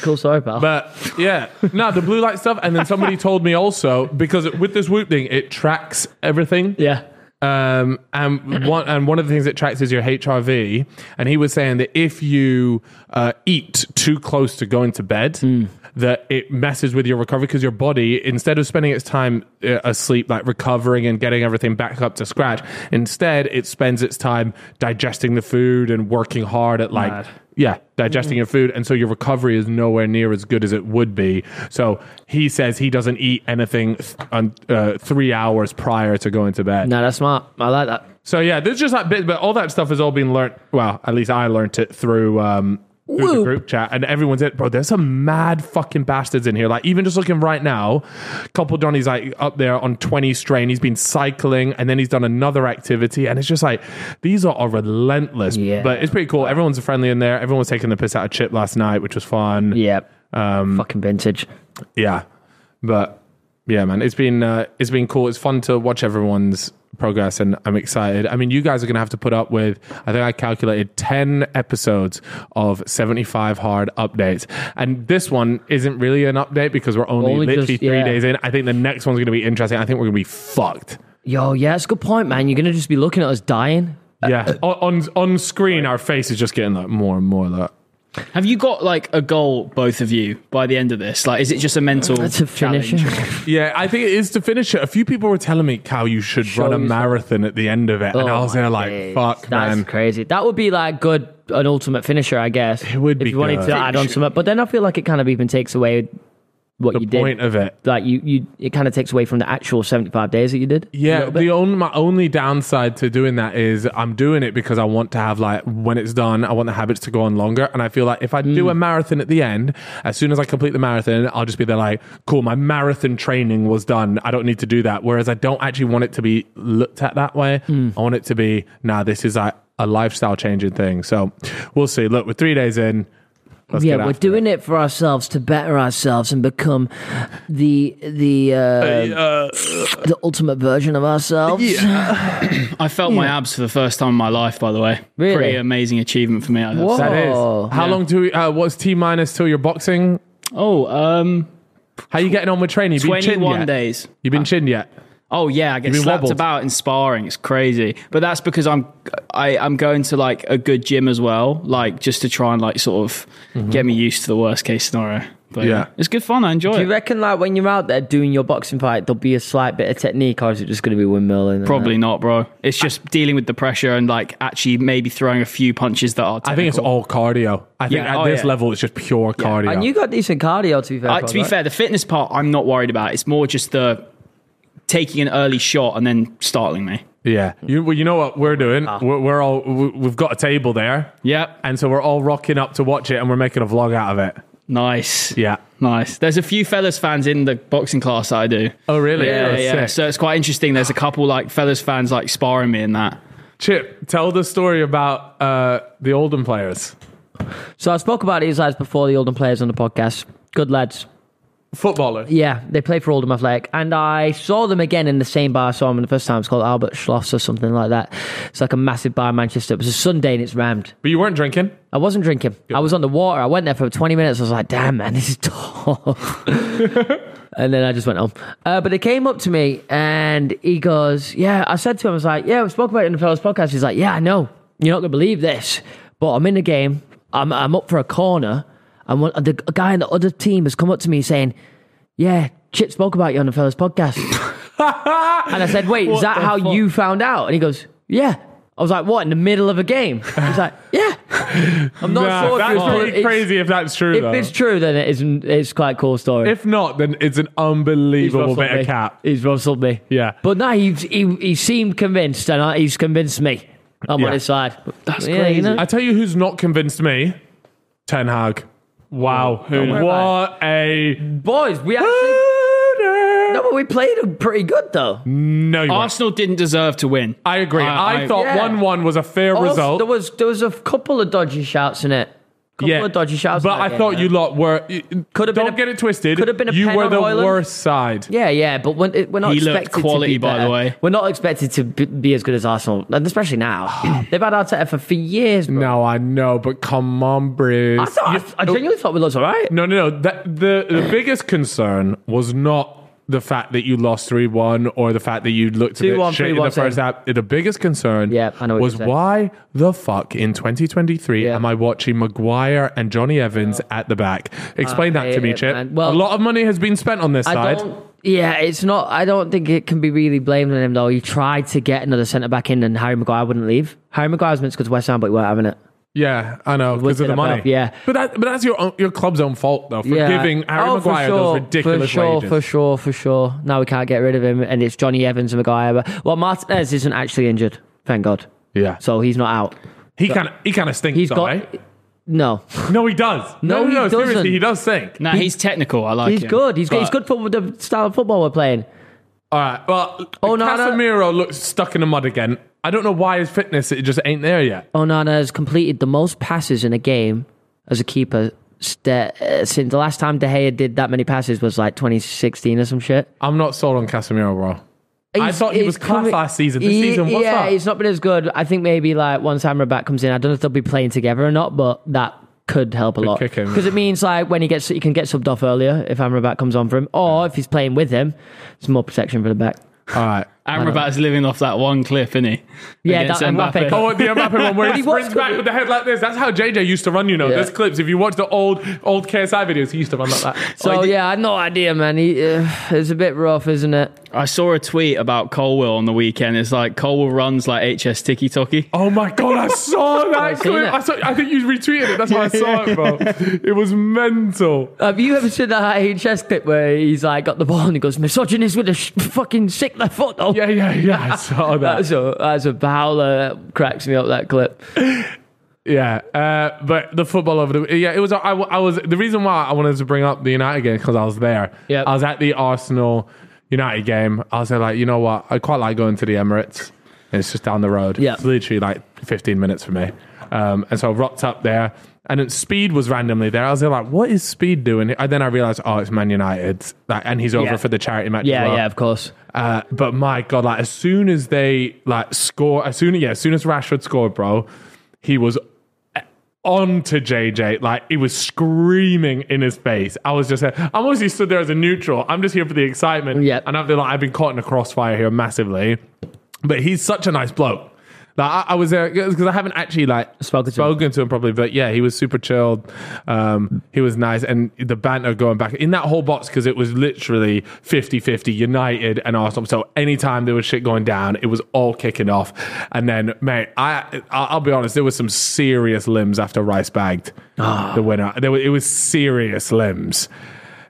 Speaker 2: Cool story, pal.
Speaker 1: But yeah, no, the blue light stuff. And then somebody told me also because with this Whoop thing, it tracks everything.
Speaker 2: yeah.
Speaker 1: Um, and one and one of the things it tracks is your HRV. And he was saying that if you uh, eat too close to going to bed, that it messes with your recovery because your body, instead of spending its time uh, asleep, like recovering and getting everything back up to scratch, instead it spends its time digesting the food and working hard at like.
Speaker 3: Mad.
Speaker 1: Yeah, digesting your food. And so your recovery is nowhere near as good as it would be. So he says he doesn't eat anything th- on, uh, three hours prior to going to bed.
Speaker 2: No, that's smart. I like that.
Speaker 1: So yeah, there's just that bit, but all that stuff has all been learnt. Well, at least I learnt it through um through the
Speaker 2: Whoop.
Speaker 1: group chat, and everyone's it, bro. There's some mad fucking bastards in here. Like even just looking right now, couple Donny's like up there on 20 strain. He's been cycling, and then he's done another activity, and it's just like these are, are relentless.
Speaker 2: Yeah.
Speaker 1: but it's pretty cool. Everyone's friendly in there. Everyone was taking the piss out of Chip last night, which was fun.
Speaker 2: Yeah. Um, Fucking vintage.
Speaker 1: Yeah, but yeah, man, it's been uh, it's been cool. It's fun to watch everyone's progress, and I'm excited. I mean, you guys are gonna have to put up with. I think I calculated ten episodes of 75 hard updates, and this one isn't really an update because we're only,
Speaker 2: Only
Speaker 1: literally
Speaker 2: just-
Speaker 1: three
Speaker 2: yeah.
Speaker 1: days in. I think the next one's gonna be interesting. I think we're gonna be fucked.
Speaker 2: Yo, yeah, that's a good point, man. You're gonna just be looking at us dying.
Speaker 1: Yeah, on on, on screen, our face is just getting like more and more like.
Speaker 3: Have you got like a goal, both of you, by the end of this? Like, is it just a mental
Speaker 2: That's a
Speaker 3: challenge?
Speaker 2: finisher.
Speaker 1: Yeah, I think it is to finish it. A few people were telling me, Cal, you should
Speaker 2: Show
Speaker 1: run a
Speaker 2: yourself.
Speaker 1: marathon at the end of it. and I
Speaker 2: Oh
Speaker 1: was
Speaker 2: my
Speaker 1: there like,
Speaker 2: days.
Speaker 1: fuck,
Speaker 2: That's
Speaker 1: man.
Speaker 2: crazy. That would be like good an ultimate finisher, I guess. It
Speaker 1: would
Speaker 2: if
Speaker 1: be
Speaker 2: you wanted
Speaker 1: good.
Speaker 2: to add on some, but then I feel like it kind of even takes away what
Speaker 1: the
Speaker 2: you did.
Speaker 1: point of it.
Speaker 2: Like you, you, it kind of takes away from the actual seventy-five days that you did. a
Speaker 1: Yeah,
Speaker 2: little bit.
Speaker 1: the only my only downside to doing that is I'm doing it because I want to have like when it's done, I want the habits to go on longer, and I feel like if I
Speaker 2: Mm.
Speaker 1: do a marathon at the end, as soon as I complete the marathon, I'll just be there like, cool, my marathon training was done. I don't need to do that. Whereas I don't actually want it to be looked at that way.
Speaker 2: Mm.
Speaker 1: I want it to be, nah, this is like a lifestyle changing thing. So we'll see. Look, we're three days in. Let's
Speaker 2: yeah,
Speaker 1: get
Speaker 2: we're
Speaker 1: after
Speaker 2: doing it. for ourselves to better ourselves and become the the uh, the ultimate version of ourselves.
Speaker 3: I felt my abs for the first time in my life, by the way.
Speaker 2: Really?
Speaker 3: Pretty amazing achievement for me. I'd have
Speaker 2: Whoa.
Speaker 3: to say.
Speaker 1: That is.
Speaker 2: Oh.
Speaker 1: How long do we, uh, what's T minus till your boxing?
Speaker 3: Oh, um,
Speaker 1: How you getting on with training? You been chinned
Speaker 3: 21
Speaker 1: yet?
Speaker 3: days.
Speaker 1: You been chinned yet?
Speaker 3: Oh yeah, I get
Speaker 1: been
Speaker 3: slapped
Speaker 1: wobbled.
Speaker 3: about in sparring. It's crazy, but that's because I'm I, I'm going to like a good gym as well, like just to try and like sort of get me used to the worst case scenario. But
Speaker 1: Mm-hmm. Yeah.
Speaker 3: it's good fun. I enjoy
Speaker 2: Do you
Speaker 3: it.
Speaker 2: reckon, like, when you're out there doing your boxing fight, there'll be a slight bit of technique, or is it just going to be windmilling? and uh,
Speaker 3: Probably not, bro. It's just dealing with the pressure and like actually maybe throwing a few punches that are. Technical.
Speaker 1: I think it's all cardio. I think at
Speaker 3: Yeah. Oh,
Speaker 1: this
Speaker 3: yeah.
Speaker 1: level, it's just pure
Speaker 2: that?
Speaker 1: cardio.
Speaker 2: And you got decent cardio, to be fair.
Speaker 3: I,
Speaker 2: Paul,
Speaker 3: Uh, to be
Speaker 2: right?
Speaker 3: fair, the fitness part I'm not worried about. It's more just the taking an early shot and then startling me.
Speaker 1: yeah. You, well, you know what we're doing? We're, we're all, we- we've got a table there.
Speaker 3: Yep.
Speaker 1: And so we're all rocking up to watch it and we're making a vlog out of it.
Speaker 3: Nice.
Speaker 1: Yeah.
Speaker 3: Nice. There's a few fellas fans in the boxing class that I do.
Speaker 1: Oh, really?
Speaker 3: Yeah,
Speaker 1: Oh,
Speaker 3: yeah.
Speaker 1: sick.
Speaker 3: So it's quite interesting. There's a couple like fellas fans like sparring me in that.
Speaker 1: Chip, tell the story about uh, the Oldham players.
Speaker 2: So I spoke about these lads before, the Oldham players on the podcast. Good lads.
Speaker 1: Footballer.
Speaker 2: Yeah, they play for Oldham Athletic, and I saw them again in the same bar I saw them the first time. It's called Albert Schloss or something like that. It's like a massive bar in Manchester. It was a Sunday and it's rammed.
Speaker 1: But you weren't drinking.
Speaker 2: I wasn't drinking. I was on the water. I went there for 20 minutes. I was like, damn, man, this is tough. and then I just went home. Uh, but he came up to me and he goes, yeah, I said to him, I was like, yeah, we spoke about it in the Fellas podcast. He's like, yeah, I know. You're not going to believe this, but I'm in the game. I'm, I'm up for a corner. And one, the guy in the other team has come up to me saying, yeah, Chip spoke about you on the Fellas podcast. and I said, wait, is that how you found out? And he goes, yeah. I was like, what, in the middle of a game? He's like, yeah. I'm not
Speaker 1: Nah,
Speaker 2: sure if
Speaker 1: that's
Speaker 2: it was
Speaker 1: pretty
Speaker 2: it's-
Speaker 1: crazy if that's true, though.
Speaker 2: If it's true, then it isn't. It's quite a cool story.
Speaker 1: If not, then it's an
Speaker 2: He's
Speaker 1: unbelievable
Speaker 2: rustled
Speaker 1: bit
Speaker 2: me.
Speaker 1: of cap.
Speaker 2: He's rustled me.
Speaker 1: Yeah.
Speaker 2: But no, he, he, he seemed convinced, and I, he's convinced me. I'm
Speaker 1: Yeah.
Speaker 2: on his side. That's
Speaker 3: crazy.
Speaker 1: I tell you who's not convinced me. Ten Hag. Wow. what a
Speaker 2: Boys, we actually. No,
Speaker 1: no,
Speaker 2: but we played him pretty good, though.
Speaker 1: you weren't.
Speaker 3: Arsenal didn't deserve to win.
Speaker 1: I agree. I,
Speaker 3: I-
Speaker 1: thought
Speaker 2: Yeah.
Speaker 1: one one was a fair
Speaker 2: Also,
Speaker 1: result.
Speaker 2: There was there was a couple of dodgy shouts in it. Couple of dodgy shouts. in
Speaker 1: But
Speaker 2: that
Speaker 1: I
Speaker 2: game,
Speaker 1: thought
Speaker 2: man.
Speaker 1: you lot were. Could have
Speaker 2: Could've been
Speaker 1: don't
Speaker 2: a-
Speaker 1: get it twisted.
Speaker 2: could've been a
Speaker 1: You
Speaker 2: pen
Speaker 1: were
Speaker 2: on
Speaker 1: the
Speaker 2: Hoyland.
Speaker 1: worst side.
Speaker 2: Yeah, yeah, but when, it- we're not
Speaker 3: He looked
Speaker 2: expected to
Speaker 3: quality,
Speaker 2: be
Speaker 3: by the
Speaker 2: better.
Speaker 3: way.
Speaker 2: We're not expected to be, be as good as Arsenal, and especially now. They've had Arteta for, for years. Bro.
Speaker 1: No, I know, but come on, Bruce.
Speaker 2: I thought
Speaker 1: You-
Speaker 2: I, I genuinely thought we looked all right.
Speaker 1: No, no, no. That, the the biggest concern was not the fact that you lost three one or the fact that you looked a bit
Speaker 2: 2-1,
Speaker 1: shit in
Speaker 2: 3-1,
Speaker 1: the first
Speaker 2: same.
Speaker 1: half. The biggest concern,
Speaker 2: Yeah, I know what
Speaker 1: was
Speaker 2: you're saying.
Speaker 1: why the fuck in 2023
Speaker 2: Yeah.
Speaker 1: am I watching Maguire and Johnny Evans at the back? Explain
Speaker 2: I
Speaker 1: that to me,
Speaker 2: hate it,
Speaker 1: Chip.
Speaker 2: man. Well-
Speaker 1: a lot of money has been spent on this
Speaker 2: I
Speaker 1: side.
Speaker 2: don't. Yeah, it's not. I don't think it can be really blamed on him though. He tried to get another centre back in, and Harry Maguire wouldn't leave. Harry Maguire was meant to go to West Ham, but he weren't having it.
Speaker 1: Yeah, I know because of
Speaker 2: it
Speaker 1: the money.
Speaker 2: above, yeah.
Speaker 1: but that, but that's your own, your club's own fault though for
Speaker 2: Yeah.
Speaker 1: giving Harry
Speaker 2: Oh, for
Speaker 1: Maguire
Speaker 2: sure,
Speaker 1: those ridiculous
Speaker 2: for sure,
Speaker 1: wages.
Speaker 2: For sure, for sure. Now we can't get rid of him, and it's Johnny Evans and Maguire. But, well, Martinez isn't actually injured, thank God.
Speaker 1: Yeah, so
Speaker 2: So he's not out.
Speaker 1: he kind of he kind of stinks.
Speaker 2: He's
Speaker 1: though,
Speaker 2: got.
Speaker 1: eh?
Speaker 2: No,
Speaker 1: No, he does.
Speaker 2: No, he doesn't.
Speaker 1: Seriously, he does stink.
Speaker 3: Nah, he's technical. I like
Speaker 2: he's
Speaker 3: him.
Speaker 2: good. He's, good. he's good
Speaker 3: But-
Speaker 2: for the style of football we're playing.
Speaker 1: All right. Well,
Speaker 2: Oh,
Speaker 1: oh,
Speaker 2: no, no.
Speaker 1: Casemiro looks stuck in the mud again. I don't know why his fitness it just ain't there yet.
Speaker 2: Onana has completed the most passes in a game as a keeper st- uh, since the last time De Gea did that many passes was like 2016 or some shit.
Speaker 1: I'm not sold on Casemiro, bro. I
Speaker 2: He's-
Speaker 1: thought he was
Speaker 2: he's
Speaker 1: class
Speaker 2: coming-
Speaker 1: last season. This
Speaker 2: He-
Speaker 1: season, what's
Speaker 2: yeah,
Speaker 1: up?
Speaker 2: he's not been as good. I think maybe like once Amrabat comes in, I don't know if they'll be playing together or not, but that could help a lot
Speaker 1: kick him.
Speaker 2: because it means like when he gets he can get subbed off earlier if Amrabat comes on for him, or if he's playing with him, it's more protection for the back.
Speaker 1: All right.
Speaker 3: Amrabat's living off that one clip, isn't he?
Speaker 2: Yeah,
Speaker 3: Against
Speaker 2: that Mbappe
Speaker 3: Mbappe.
Speaker 2: goal.
Speaker 1: Oh, the Mbappe one where he,
Speaker 2: he was
Speaker 1: sprints back
Speaker 2: good.
Speaker 1: with the head like this. That's how JJ used to run, you know.
Speaker 2: Yeah.
Speaker 1: There's clips. If you watch the old old KSI videos, he used to run like that.
Speaker 2: So yeah, I had no idea, man. He, uh, it's a bit rough, isn't it?
Speaker 3: I saw a tweet about Colwell on the weekend. It's like Colwell runs like HS Tiki Toki.
Speaker 1: Oh my god, I saw that
Speaker 2: seen
Speaker 1: clip.
Speaker 2: it.
Speaker 1: I, saw, I think you retweeted it. That's why I saw it, bro. It was mental.
Speaker 2: Have you ever seen that HS clip where he's like got the ball and he goes misogynist with a sh- fucking sick left foot though?
Speaker 1: Yeah, yeah, yeah. I saw that.
Speaker 2: That's a that's a bowler that cracks me up that clip.
Speaker 1: Yeah, uh, but the football over the yeah, it was. I, w- I was the reason why I wanted to bring up the United game because I was there.
Speaker 2: Yep.
Speaker 1: I was at the Arsenal United game. I was there like, you know what? I quite like going to the Emirates. and it's just down the road.
Speaker 2: Yeah.
Speaker 1: It's literally like 15 minutes for me. Um, and so I rocked up there, and then Speed was randomly there. I was there like, what is Speed doing? here?" And then I realized, oh, it's Man United, like, and he's over
Speaker 3: Yeah.
Speaker 1: for the charity match. as
Speaker 2: Yeah,
Speaker 1: well.
Speaker 2: yeah, of course.
Speaker 1: Uh, but my god, like as soon as they like score, as soon yeah, as soon as Rashford scored, bro, he was on to JJ. Like he was screaming in his face. I was just, uh, I'm obviously stood there as a neutral. I'm just here for the excitement.
Speaker 2: Yep.
Speaker 1: and I feel like I've been caught in a crossfire here massively. But he's such a nice bloke. Like I, I was there because I haven't actually like
Speaker 2: Spoken to him.
Speaker 1: spoken to him properly, but yeah, he was super chilled. Um, he was nice, and the banter going back in that whole box because it was literally 50-50 United and Arsenal. So anytime there was shit going down, it was all kicking off. And then, mate, I I- I'll be honest, there was some serious limbs after Rice bagged
Speaker 2: Ah.
Speaker 1: the winner. There was, it was serious limbs.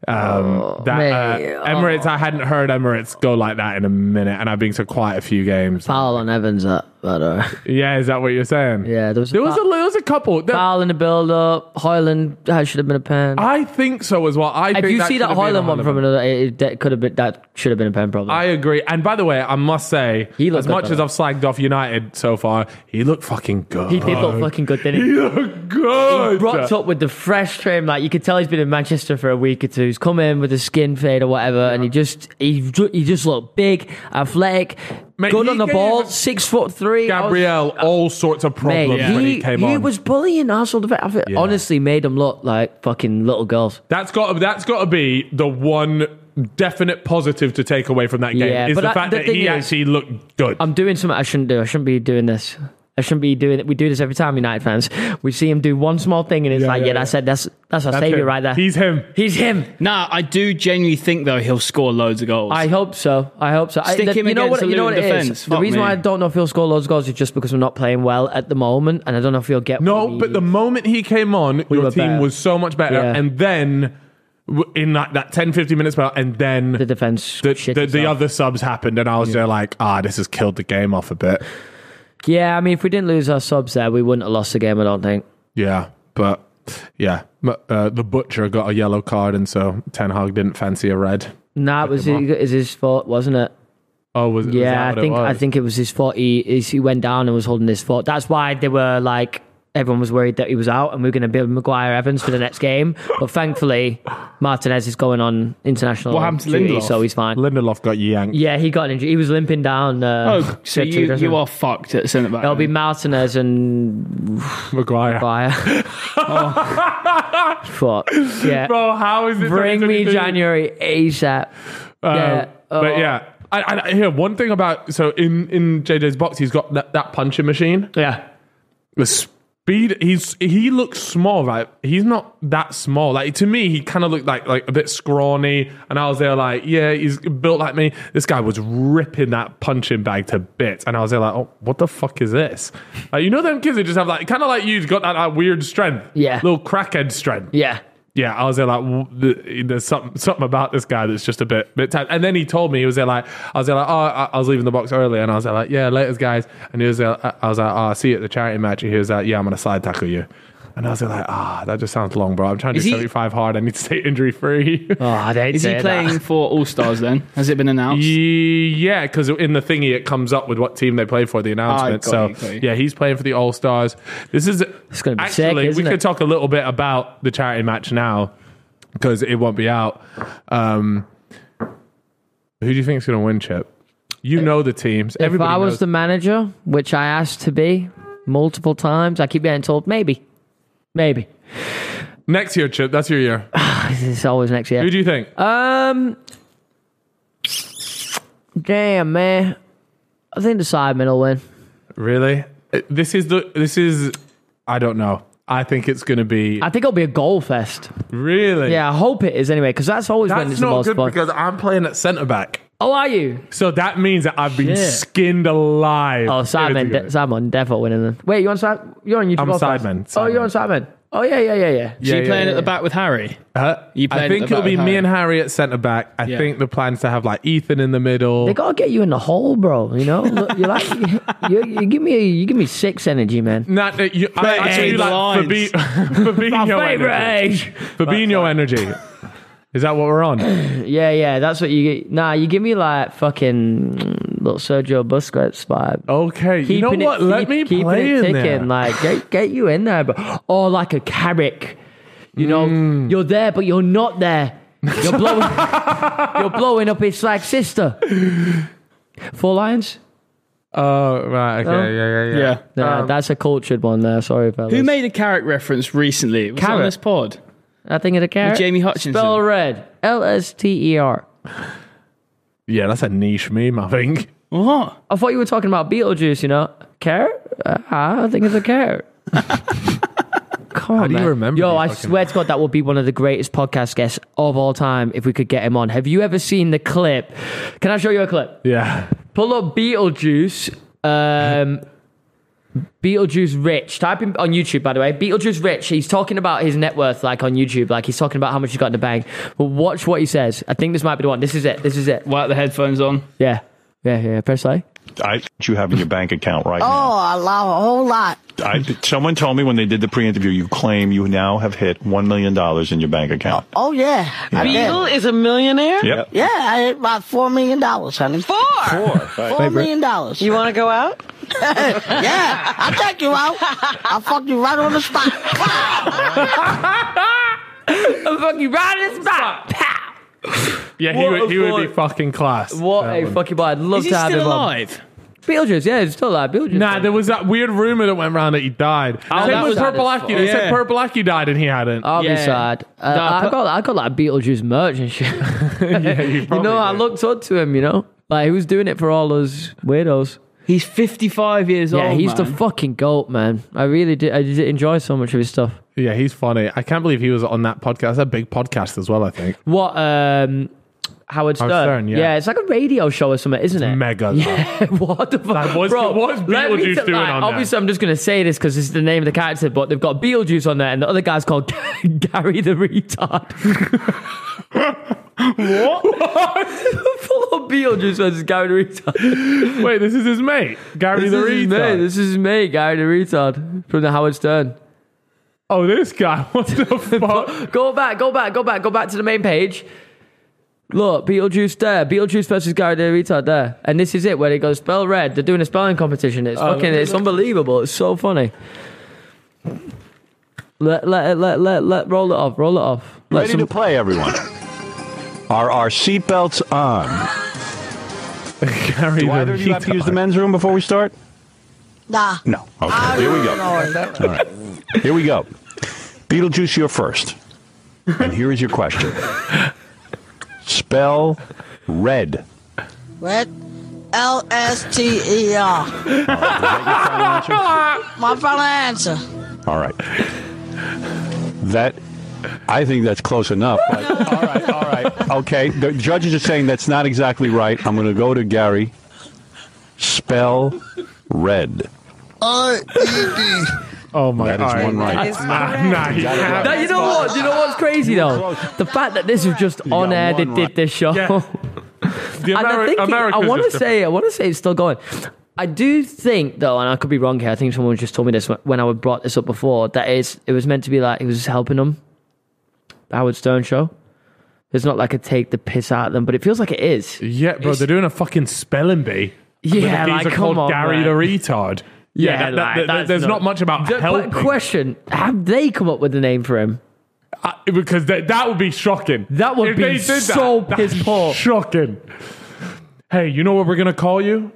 Speaker 1: Um, that uh,
Speaker 2: mate, oh.
Speaker 1: Emirates, I hadn't heard Emirates go like that in a minute, and I've been to quite a few games.
Speaker 2: Foul on Evans, that, that uh,
Speaker 1: Yeah, is that what you're saying?
Speaker 2: Yeah, there was a
Speaker 1: there was a,
Speaker 2: fou-
Speaker 1: there was a couple. There-
Speaker 2: foul in the build up. Hoyland, that should have been a pen.
Speaker 1: I think so as well. I
Speaker 2: if
Speaker 1: think
Speaker 2: you see
Speaker 1: should have
Speaker 2: that
Speaker 1: been
Speaker 2: Hoyland one
Speaker 1: Haaland.
Speaker 2: from another, it, it- that could have been that should have been a pen problem.
Speaker 1: I agree. And by the way, I must say,
Speaker 2: He looked
Speaker 1: as much as
Speaker 2: good,
Speaker 1: I've slagged off United so far, he looked fucking good.
Speaker 2: he did look fucking good, didn't
Speaker 1: He
Speaker 2: he?
Speaker 1: looked good.
Speaker 2: He rocked up with the fresh trim, like you could tell he's been in Manchester for a week or two. He's come in with a skin fade or whatever, and he just he ju- he just looked big, athletic,
Speaker 1: Mate,
Speaker 2: good
Speaker 1: he
Speaker 2: on the
Speaker 1: gave
Speaker 2: ball, six foot three. I was-
Speaker 1: Gabriel, all sorts of
Speaker 2: Mate,
Speaker 1: problems
Speaker 2: he,
Speaker 1: when he came on.
Speaker 2: was bullying Arsenal. def- I think-
Speaker 1: Yeah.
Speaker 2: Honestly, made him look like fucking little girls.
Speaker 1: That's got that's got to be the one definite positive to take away from that game
Speaker 2: Yeah,
Speaker 1: is
Speaker 2: but
Speaker 1: the
Speaker 2: I-
Speaker 1: fact
Speaker 2: the
Speaker 1: that
Speaker 2: thing
Speaker 1: he
Speaker 2: is-
Speaker 1: actually looked good.
Speaker 2: I'm doing something I shouldn't do. I shouldn't be doing this. I shouldn't be doing it. We do this every time, United fans. We see him do one small thing, and it's
Speaker 1: Yeah,
Speaker 2: like,
Speaker 1: yeah,
Speaker 2: yeah,
Speaker 1: yeah.
Speaker 2: that's it. That's that's our
Speaker 1: That's
Speaker 2: savior
Speaker 1: him.
Speaker 2: right there.
Speaker 1: He's him.
Speaker 2: He's him.
Speaker 3: Nah, I do genuinely think though he'll score loads of goals.
Speaker 2: I hope so. I hope so. I,
Speaker 3: Stick
Speaker 2: th-
Speaker 3: him
Speaker 2: you know
Speaker 3: against
Speaker 2: what?
Speaker 3: a
Speaker 2: You know what
Speaker 3: Luton
Speaker 2: it is.
Speaker 3: defence.
Speaker 2: The
Speaker 3: Fuck
Speaker 2: reason why
Speaker 3: me.
Speaker 2: I don't know if he'll score loads of goals is just because we're not playing well at the moment, and I don't know if he'll get. what
Speaker 1: No,
Speaker 2: we
Speaker 1: but the
Speaker 2: need.
Speaker 1: moment he came on,
Speaker 2: were
Speaker 1: your team
Speaker 2: better.
Speaker 1: was so much better.
Speaker 2: Yeah.
Speaker 1: And then w- in that, that 10, 15 minutes, spell, and then
Speaker 2: the defense
Speaker 1: the,
Speaker 2: shit
Speaker 1: the, the
Speaker 2: itself.
Speaker 1: other subs happened, and I was there like, ah, this has killed the game off a bit.
Speaker 2: Yeah, I mean, if we didn't lose our subs there, we wouldn't have lost the game. I don't think.
Speaker 1: Yeah, but yeah, M- uh, the butcher got a yellow card, and so Ten Hag didn't fancy a red.
Speaker 2: Nah, it was
Speaker 1: him
Speaker 2: is his fault, wasn't it?
Speaker 1: Oh, was was that
Speaker 2: Yeah,
Speaker 1: what
Speaker 2: I
Speaker 1: it
Speaker 2: think I
Speaker 1: was?
Speaker 2: think it was his fault. He, is- he went down and was holding his foot. That's why they were like everyone was worried that he was out and we are going to build Maguire Evans for the next game. But thankfully, Martinez is going on international
Speaker 3: What happened to
Speaker 2: duty,
Speaker 3: Lindelof?
Speaker 2: so he's fine.
Speaker 1: Lindelof got yanked.
Speaker 2: yeah, he got an injury. He was limping down. Uh,
Speaker 3: oh,
Speaker 2: to- to the
Speaker 3: so you,
Speaker 2: dressing
Speaker 3: you
Speaker 2: room.
Speaker 3: are fucked at centre back.
Speaker 2: It'll be Martinez and
Speaker 1: Maguire.
Speaker 2: Maguire. Fuck. Yeah.
Speaker 1: Bro, how is it?
Speaker 2: Bring me
Speaker 1: 2022?
Speaker 2: January ASAP.
Speaker 1: Um,
Speaker 2: yeah. oh.
Speaker 1: but yeah. I, I, I hear one thing about so in in JJ's box he's got that, that punching machine
Speaker 2: Yeah.
Speaker 1: the speed he's he looks small right he's not that small like to me he kind of looked like like a bit scrawny and i was there like yeah he's built like me this guy was ripping that punching bag to bits and i was there like oh what the fuck is this like you know them kids that just have like kind of like you've got that, that weird strength
Speaker 2: Yeah.
Speaker 1: little crackhead strength
Speaker 2: Yeah.
Speaker 1: yeah, I was there like w- th- there's something something about this guy that's just a bit bit tight. And then he told me he was there like I was there like oh I, I was leaving the box early and I was there like yeah later's guys and he was there I I was like oh I'll see you at the charity match and he was like yeah I'm gonna slide tackle you and I was there like ah that just sounds long bro I'm trying to
Speaker 3: Is
Speaker 1: do
Speaker 3: he-
Speaker 1: 75 hard I need to stay injury free
Speaker 2: Oh, they
Speaker 3: Is he playing for All Stars then? Has it been announced?
Speaker 1: yeah because in the thingy it comes up with what team they play for the announcement
Speaker 3: got
Speaker 1: so
Speaker 3: you, got you.
Speaker 1: yeah he's playing for the All Stars this is it's
Speaker 2: gonna be sick,
Speaker 1: actually we
Speaker 2: isn't it?
Speaker 1: could talk a little bit about the charity match now because it won't be out. Um, who do you think is going to win, Chip? You know the teams.
Speaker 2: If
Speaker 1: Everybody
Speaker 2: I was
Speaker 1: knows.
Speaker 2: the manager, which I asked to be multiple times, I keep getting told maybe, maybe.
Speaker 1: next year, Chip. That's your year.
Speaker 2: It's always next year.
Speaker 1: Who do you think?
Speaker 2: Um, damn man, I think the side middle win.
Speaker 1: really? Uh, This is the. This is. I don't know. I think it's going to be
Speaker 2: I think it'll be a goal fest.
Speaker 1: really.
Speaker 2: Yeah, I hope it is anyway, because that's always when
Speaker 1: That's
Speaker 2: it's the
Speaker 1: not
Speaker 2: most
Speaker 1: good
Speaker 2: fun.
Speaker 1: because I'm playing at centre back.
Speaker 2: oh, are you?
Speaker 1: So that means that I've been
Speaker 2: Shit.
Speaker 1: skinned alive.
Speaker 2: Oh, Simon, de- Simon, definitely winning then. Wait, you on side? You're on YouTube.
Speaker 1: I'm
Speaker 2: goal fest?
Speaker 1: sideman,
Speaker 2: Oh, you're on Simon. Oh yeah, yeah, yeah, yeah.
Speaker 3: Is
Speaker 1: Yeah,
Speaker 3: he
Speaker 1: yeah,
Speaker 3: playing
Speaker 1: yeah,
Speaker 3: at the back with Harry?
Speaker 1: Huh?
Speaker 3: You
Speaker 1: I
Speaker 3: played
Speaker 1: think
Speaker 3: at the
Speaker 1: it'll
Speaker 3: back
Speaker 1: be
Speaker 3: with
Speaker 1: me
Speaker 3: Harry.
Speaker 1: and Harry at centre back. I
Speaker 3: Yeah.
Speaker 1: think the plan's to have like Ethan in the middle.
Speaker 2: They gotta get you in the hole, bro. You know, Look, you're like, you, you give me, you give me six energy, man.
Speaker 1: Not that you, I
Speaker 3: But
Speaker 1: actually
Speaker 3: hey,
Speaker 1: like Fabi-
Speaker 3: lines.
Speaker 1: Fabinho energy. Fabinho energy. Is that what we're on?
Speaker 2: Yeah, yeah, that's what you. Nah, you give me like fucking little Sergio Busquets vibe.
Speaker 1: Okay, you know
Speaker 2: Keeping it-
Speaker 1: what? Let
Speaker 2: keep-
Speaker 1: me
Speaker 2: keeping
Speaker 1: play
Speaker 2: it
Speaker 1: in
Speaker 2: ticking,
Speaker 1: there.
Speaker 2: like get get you in there, but or like a Carrick. You know,
Speaker 1: Mm.
Speaker 2: you're there, but you're not there. You're blowing. you're blowing up his like sister. Four Lions.
Speaker 1: Oh right, okay,
Speaker 2: No?
Speaker 1: yeah, yeah, yeah.
Speaker 3: Yeah.
Speaker 2: Nah,
Speaker 1: Um,
Speaker 2: that's a cultured one there. Sorry, fellas.
Speaker 3: Who made a carrot reference recently? Was it on
Speaker 2: Carrot.
Speaker 3: this pod?
Speaker 2: I think it's a carrot.
Speaker 3: Jamie Hutchinson.
Speaker 2: Spell red. L S T E R.
Speaker 1: yeah, that's a niche meme, I think.
Speaker 3: What?
Speaker 2: I thought you were talking about Beetlejuice. You know, carrot. Uh, I think it's a carrot. Come on,
Speaker 1: do you
Speaker 2: man.
Speaker 1: remember
Speaker 2: Yo,
Speaker 1: these
Speaker 2: I
Speaker 1: fucking-
Speaker 2: swear to God, that would be one of the greatest podcast guests of all time if we could get him on. Have you ever seen the clip? Can I show you a clip?
Speaker 1: Yeah,
Speaker 2: Pull up Beetlejuice. Um, Beetlejuice Rich. Type in on YouTube, by the way. Beetlejuice Rich. He's talking about his net worth, like on YouTube. Like he's talking about how much he's got in the bank. But watch what he says. I think this might be the one. This is it. This is it.
Speaker 3: Whack the headphones on.
Speaker 2: Yeah. Yeah, yeah. Press play.
Speaker 4: I you have in your bank account right
Speaker 5: Oh, I love a whole lot.
Speaker 4: now. I, someone told me when they did the pre-interview, you claim you now have hit one million dollars in your bank account.
Speaker 5: Oh yeah, I
Speaker 6: Beagle
Speaker 5: did.
Speaker 6: is a millionaire?
Speaker 4: Yep.
Speaker 5: Yeah, I hit about four million dollars, honey. Four
Speaker 6: Four.
Speaker 5: million dollars.
Speaker 6: You want to go out?
Speaker 5: yeah, I'll take you out. I'll fuck you right on the spot.
Speaker 2: I'm fucking right in his back.
Speaker 1: yeah. He
Speaker 2: What
Speaker 1: would,
Speaker 2: a
Speaker 1: he would be
Speaker 2: thought.
Speaker 1: fucking class.
Speaker 2: What
Speaker 1: that
Speaker 2: a
Speaker 1: one.
Speaker 2: fucking boy. I'd love
Speaker 3: Is he
Speaker 2: to have him
Speaker 3: still
Speaker 2: on.
Speaker 3: alive?
Speaker 2: Beetlejuice, yeah, he's still alive. Beetlejuice.
Speaker 1: Nah, there was that weird rumor that went around that he died. I
Speaker 2: Oh, that
Speaker 1: think it was
Speaker 2: was
Speaker 1: Purple
Speaker 2: sad as
Speaker 1: Aki.
Speaker 2: fuck.
Speaker 1: They said
Speaker 3: Yeah.
Speaker 1: Purple Aki died and he hadn't.
Speaker 2: I'll be
Speaker 3: Yeah.
Speaker 2: sad. Uh,
Speaker 3: Nah,
Speaker 2: I
Speaker 3: put-
Speaker 2: got I got like Beetlejuice merch and shit.
Speaker 1: you
Speaker 2: you know, I looked up to him. You know, like he was doing it for all those weirdos. Oh,
Speaker 3: He's 55 years old.
Speaker 2: Yeah, he's the
Speaker 3: man.
Speaker 2: fucking goat, man. I really did. I did enjoy so much of his stuff.
Speaker 1: Yeah, he's funny. I can't believe he was on that podcast. That's a big podcast as well, I think.
Speaker 2: What? um Howard Stern.
Speaker 1: Stern, yeah.
Speaker 2: it's like a radio show or something, isn't it?
Speaker 1: Mega.
Speaker 2: what the fuck,
Speaker 1: Like, what's-
Speaker 2: bro?
Speaker 1: what's
Speaker 2: let me
Speaker 1: Beetlejuice
Speaker 2: tell-
Speaker 1: doing
Speaker 2: like,
Speaker 1: on there?
Speaker 2: Obviously, I'm just gonna say this because it's the name of the character, but they've got Beetlejuice on there, and the other guy's called Gary the retard. what? Full of Beetlejuice versus Gary the retard.
Speaker 1: Wait, this is his mate, Gary
Speaker 2: This
Speaker 1: the
Speaker 2: is me.
Speaker 1: Reader.
Speaker 2: This is me, Gary the retard from the Howard Stern.
Speaker 1: Oh, this guy. What the fuck?
Speaker 2: Go back, go back, go back, go back to the main page. Look, Beetlejuice there, Beetlejuice versus Gary the retard there, and this is it where it goes spell red. They're doing a spelling competition. It's
Speaker 4: Oh,
Speaker 2: fucking, it's unbelievable. It's so funny. Let let let let let roll it off, roll it off. Let
Speaker 4: Ready to play, everyone. Are our seatbelts on?
Speaker 1: Gary
Speaker 4: Do either of you have to use the men's room before we start?
Speaker 5: Nah.
Speaker 4: No. Okay. Here we go. All right. Here we go. Beetlejuice, you're first. And here is your question. Spell red.
Speaker 5: What? L S T E R. My final answer.
Speaker 4: All right. That, I think that's close enough. but- all right, all right. Okay, the judges are saying that's not exactly right. I'm going to go to Gary. Spell red.
Speaker 5: R E D.
Speaker 1: Oh my
Speaker 4: That is
Speaker 1: all
Speaker 4: one right.
Speaker 6: Is
Speaker 1: Nah, nah, you
Speaker 4: Got it
Speaker 1: can't.
Speaker 2: That, you know what? You know what's crazy though?
Speaker 4: close.
Speaker 2: The fact that this is just on
Speaker 4: got
Speaker 2: air. They
Speaker 4: one right.
Speaker 2: did this show.
Speaker 1: Yeah. The
Speaker 2: And I
Speaker 1: Ameri-
Speaker 2: think it- I
Speaker 1: America's
Speaker 2: want to
Speaker 1: just
Speaker 2: say I want to say it's still going. I do think though, and I could be wrong here. I think someone just told me this when I brought this up before. That is, it was meant to be like it was helping them. The Howard Stern show. It's not like a take the piss out of them, but it feels like it is.
Speaker 1: different. Yeah, bro, they're doing a fucking spelling bee.
Speaker 2: Yeah,
Speaker 1: These
Speaker 2: like
Speaker 1: are
Speaker 2: come
Speaker 1: called
Speaker 2: on,
Speaker 1: Gary
Speaker 2: man.
Speaker 1: the retard.
Speaker 2: Yeah,
Speaker 1: that- that-
Speaker 2: like,
Speaker 1: that-
Speaker 2: that's
Speaker 1: there's
Speaker 2: not-
Speaker 1: not much about
Speaker 2: But
Speaker 1: helping
Speaker 2: question: Have they come up with a name for him?
Speaker 1: Uh, because that, that would be shocking.
Speaker 2: That would
Speaker 1: If
Speaker 2: be
Speaker 1: they did that,
Speaker 2: so
Speaker 1: that's
Speaker 2: piss poor.
Speaker 1: Shocking. Hey, you know what we're gonna call you?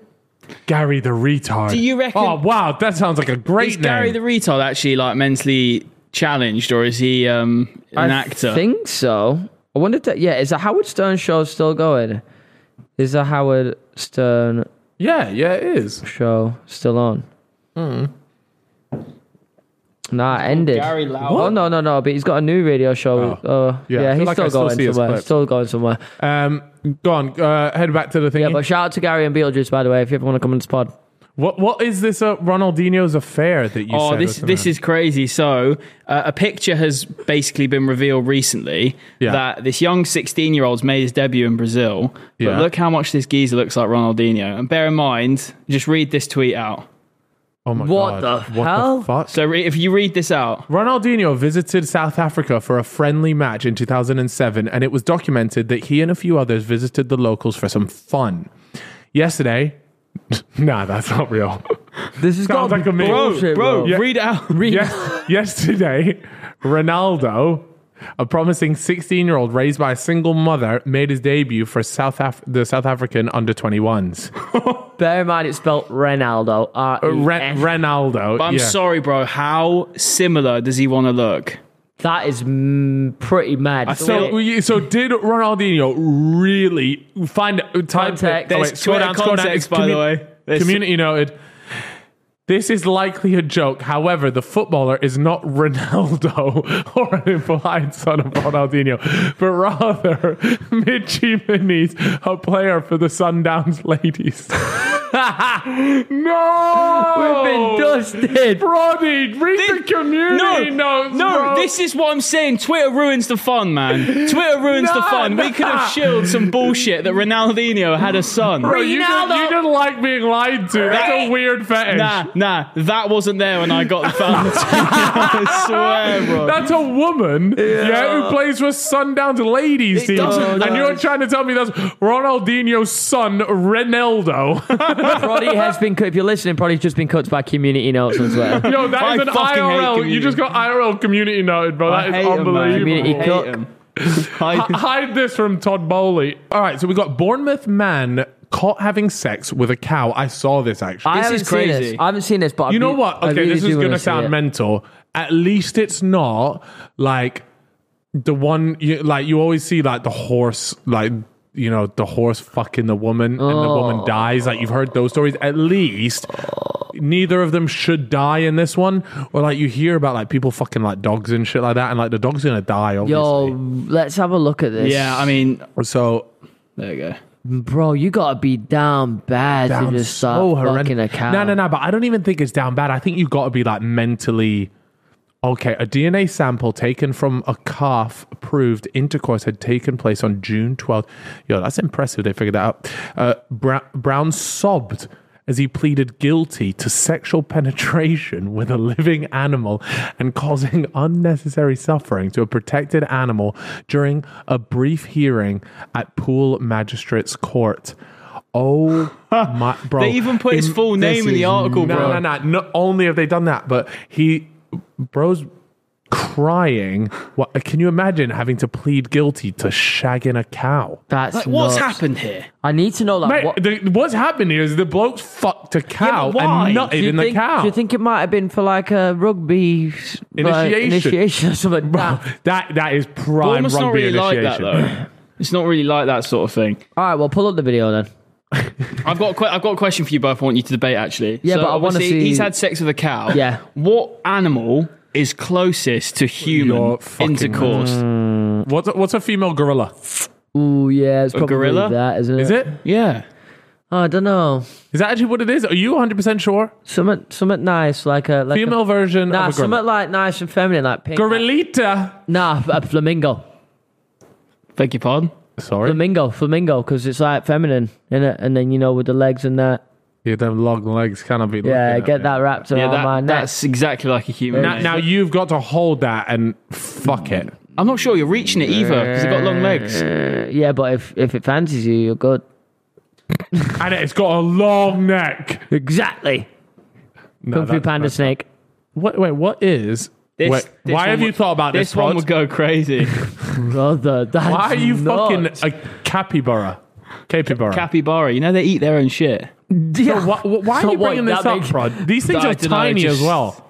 Speaker 1: Gary the retard. Do
Speaker 3: you reckon-
Speaker 1: Oh wow, that sounds like a great
Speaker 3: Is
Speaker 1: name.
Speaker 3: Gary the retard actually like mentally challenged, or is he um, an
Speaker 2: I
Speaker 3: actor?
Speaker 2: think so. I wonder. If that, yeah, is the Howard Stern show still going? Is the Howard Stern
Speaker 1: yeah, yeah, it is.
Speaker 2: show still on.
Speaker 1: Hmm.
Speaker 2: Nah, ended.
Speaker 3: Gary Lauer.
Speaker 2: Oh no, no, no! But he's got a new radio show.
Speaker 1: Oh.
Speaker 2: Uh,
Speaker 1: Yeah,
Speaker 2: yeah,
Speaker 1: I feel
Speaker 2: he's
Speaker 1: like
Speaker 2: still
Speaker 1: I still
Speaker 2: going
Speaker 1: see his
Speaker 2: somewhere.
Speaker 1: clip.
Speaker 2: Still going somewhere.
Speaker 1: Um, go on, uh, head back to the thing.
Speaker 2: Yeah, but shout out to Gary and Beetlejuice, by the way, if you ever want to come on this pod.
Speaker 1: what what is this uh, Ronaldinho's affair that you?
Speaker 3: Oh,
Speaker 1: said
Speaker 3: this
Speaker 1: was the
Speaker 3: this
Speaker 1: name?
Speaker 3: is crazy. So, uh, a picture has basically been revealed recently
Speaker 1: Yeah.
Speaker 3: that this young 16 year old's made his debut in Brazil. But
Speaker 1: Yeah.
Speaker 3: look how much this geezer looks like Ronaldinho. And bear in mind, just read this tweet out.
Speaker 1: Oh my
Speaker 2: What
Speaker 1: god!
Speaker 2: the hell?
Speaker 1: fuck?
Speaker 3: So, re- if you read this out,
Speaker 1: Ronaldinho visited South Africa for a friendly match in 2007, and it was documented that he and a few others visited the locals for some fun. Yesterday, nah, that's not real.
Speaker 2: This is
Speaker 1: Sounds
Speaker 2: got
Speaker 1: like a meme.
Speaker 2: bullshit, bro.
Speaker 3: bro, read out. Read.
Speaker 1: Yes, yesterday, Ronaldo, a promising 16 year old raised by a single mother, made his debut for South Af- the South African under 21s.
Speaker 2: Bear in mind, it's spelled Ronaldo. Uh,
Speaker 1: Re-
Speaker 2: R-E-N.
Speaker 1: Ronaldo.
Speaker 3: But I'm
Speaker 1: yeah.
Speaker 3: sorry, bro. How similar does he want to look?
Speaker 2: that is mm, pretty mad.
Speaker 1: So, we- so did Ronaldinho really find time?
Speaker 2: Context.
Speaker 1: Oh, wait,
Speaker 2: There's
Speaker 1: scroll
Speaker 3: Twitter
Speaker 1: down, scroll down.
Speaker 3: context,
Speaker 1: It's
Speaker 3: by the way. There's-
Speaker 1: community noted. This is likely a joke. However, the footballer is not Ronaldo or an implied son of Ronaldinho, but rather Michi Moniz, a player for the Sundowns ladies. no!
Speaker 2: we've been dusted.
Speaker 1: Roddy, read the community notes.
Speaker 3: no,
Speaker 1: bro.
Speaker 3: this is what I'm saying. Twitter ruins the fun, man. Twitter ruins the
Speaker 1: No,
Speaker 3: fun. We could have shielded some bullshit that Ronaldinho had a son.
Speaker 1: Bro, you didn't,
Speaker 2: Ronaldo.
Speaker 1: you didn't like being lied to. That's a weird fetish.
Speaker 3: Nah, nah, that wasn't there when I got the phone. I swear, bro.
Speaker 1: That's a woman, yeah, who plays for Sundown's ladies team,
Speaker 2: doesn't-
Speaker 1: and you're trying to tell me that's Ronaldinho's son, Ronaldo.
Speaker 2: Proddy has been cut. If you're listening, Proddy's just been cut by community notes as well.
Speaker 1: Yo, that
Speaker 3: I
Speaker 1: is an
Speaker 3: fucking hate
Speaker 1: IRL. You
Speaker 3: community.
Speaker 1: just got IRL community noted, bro. That is
Speaker 3: I hate 'em, man.
Speaker 1: unbelievable.
Speaker 2: Community
Speaker 3: Hate
Speaker 2: cook.
Speaker 3: 'em.
Speaker 1: H-
Speaker 3: I-
Speaker 1: hide this from Todd Bowley. All right, so we got Bournemouth man caught having sex with a cow. I saw this actually.
Speaker 2: I
Speaker 3: This
Speaker 2: haven't
Speaker 3: is
Speaker 2: Seen
Speaker 3: crazy.
Speaker 2: this. I haven't seen this, but I
Speaker 1: You know
Speaker 2: re-
Speaker 1: what?
Speaker 2: I
Speaker 1: Okay,
Speaker 2: really
Speaker 1: this
Speaker 2: do
Speaker 1: is going
Speaker 2: wanna
Speaker 1: to
Speaker 2: see
Speaker 1: sound
Speaker 2: it.
Speaker 1: mental. At least it's not like the one you like you always see like the horse like you know the horse fucking the woman and the
Speaker 2: Oh.
Speaker 1: woman dies like you've heard those stories at least neither of them should die in this one or like you hear about like people fucking like dogs and shit like that and like the dog's gonna die
Speaker 2: Yo,
Speaker 1: obviously
Speaker 2: let's have a look at this.
Speaker 3: yeah, I mean,
Speaker 1: so
Speaker 3: there you go.
Speaker 2: bro, you gotta be down bad to just start fucking a cow.
Speaker 1: No, no, no. But I don't even think it's down bad. I think you've got to be like mentally. Okay, a DNA sample taken from a calf proved intercourse had taken place on June 12th. Yo, that's impressive. They figured that out. Uh, Bra- Brown sobbed as he pleaded guilty to sexual penetration with a living animal and causing unnecessary suffering to a protected animal during a brief hearing at Poole Magistrates Court. Oh my bro!
Speaker 3: They even put his full
Speaker 1: this
Speaker 3: name in the
Speaker 1: is-
Speaker 3: article,
Speaker 1: no,
Speaker 3: bro.
Speaker 1: No, no, no. Not only have they done that, but he, bro's crying. What? Can you imagine having to plead guilty to shagging a cow?
Speaker 2: That's
Speaker 3: Like, what's
Speaker 2: nuts.
Speaker 3: happened here?
Speaker 2: I need to know like
Speaker 1: Mate,
Speaker 2: Uh, what.
Speaker 1: the, what's happened here is the bloke's fucked a cow
Speaker 3: why?
Speaker 1: and nutted in the
Speaker 2: think,
Speaker 1: cow.
Speaker 2: do you think it might have been for like a rugby like,
Speaker 1: Initiation.
Speaker 2: initiation or something?
Speaker 1: Bro,
Speaker 2: Nah.
Speaker 1: that that is prime
Speaker 3: Bournemouth's
Speaker 1: rugby
Speaker 3: not really like
Speaker 1: initiation.
Speaker 3: that, though. It's not really like that sort of thing.
Speaker 2: All right, well, pull up the video then.
Speaker 3: I've got a que- I've got a question for you both. I want you to debate actually.
Speaker 2: Yeah, but I wanna
Speaker 3: obviously,
Speaker 2: see-
Speaker 3: He's had sex with a cow.
Speaker 2: Yeah.
Speaker 3: What animal is closest to
Speaker 1: You're
Speaker 3: human
Speaker 1: fucking-
Speaker 3: intercourse?
Speaker 1: What's a, what's a female gorilla?
Speaker 2: Ooh, yeah, it's probably
Speaker 3: gorilla?
Speaker 2: that, isn't it?
Speaker 1: Is it?
Speaker 3: Yeah.
Speaker 2: Oh, I don't know.
Speaker 1: Is that actually what it is? Are you 100 percent sure?
Speaker 2: Something, something nice, like a like
Speaker 1: Female
Speaker 2: A,
Speaker 1: version
Speaker 2: nah,
Speaker 1: of a gorilla.
Speaker 2: something like nice and feminine, like pink.
Speaker 1: Gorillita.
Speaker 2: Nah, a flamingo,
Speaker 3: Beg your pardon.
Speaker 1: Sorry,
Speaker 2: flamingo, flamingo, because it's like feminine, innit? And then you know with the legs and that.
Speaker 1: yeah, them long legs cannot be.
Speaker 2: Yeah,
Speaker 1: looking at
Speaker 2: get
Speaker 1: me.
Speaker 2: that wrapped around
Speaker 3: Yeah, that-
Speaker 2: my neck.
Speaker 3: that's exactly like a human.
Speaker 1: Now,
Speaker 3: mate.
Speaker 1: now you've got to hold that and fuck it.
Speaker 3: I'm not sure you're reaching it either because it got long legs.
Speaker 2: Yeah, but if if it fancies you, you're good.
Speaker 1: And it's got a long neck.
Speaker 2: Exactly.
Speaker 1: No,
Speaker 2: Kung Fu
Speaker 1: that-
Speaker 2: Panda
Speaker 1: that-
Speaker 2: Snake.
Speaker 1: What, wait, what is.
Speaker 3: This-
Speaker 1: wait,
Speaker 3: this
Speaker 1: why
Speaker 3: one
Speaker 1: have you
Speaker 3: would-
Speaker 1: thought about this?
Speaker 3: This one
Speaker 1: Rod?
Speaker 3: would go crazy.
Speaker 2: Brother, that's
Speaker 1: why are you
Speaker 2: nuts.
Speaker 1: fucking a capybara? Capybara.
Speaker 3: Capybara. You know they eat their own shit.
Speaker 2: Yeah.
Speaker 1: Why- why
Speaker 2: So
Speaker 1: are you
Speaker 2: what,
Speaker 1: bringing
Speaker 2: that
Speaker 1: this up,
Speaker 2: big?
Speaker 1: Rod? These things
Speaker 3: I
Speaker 1: are
Speaker 3: dunno,
Speaker 1: tiny
Speaker 3: just-
Speaker 1: as well.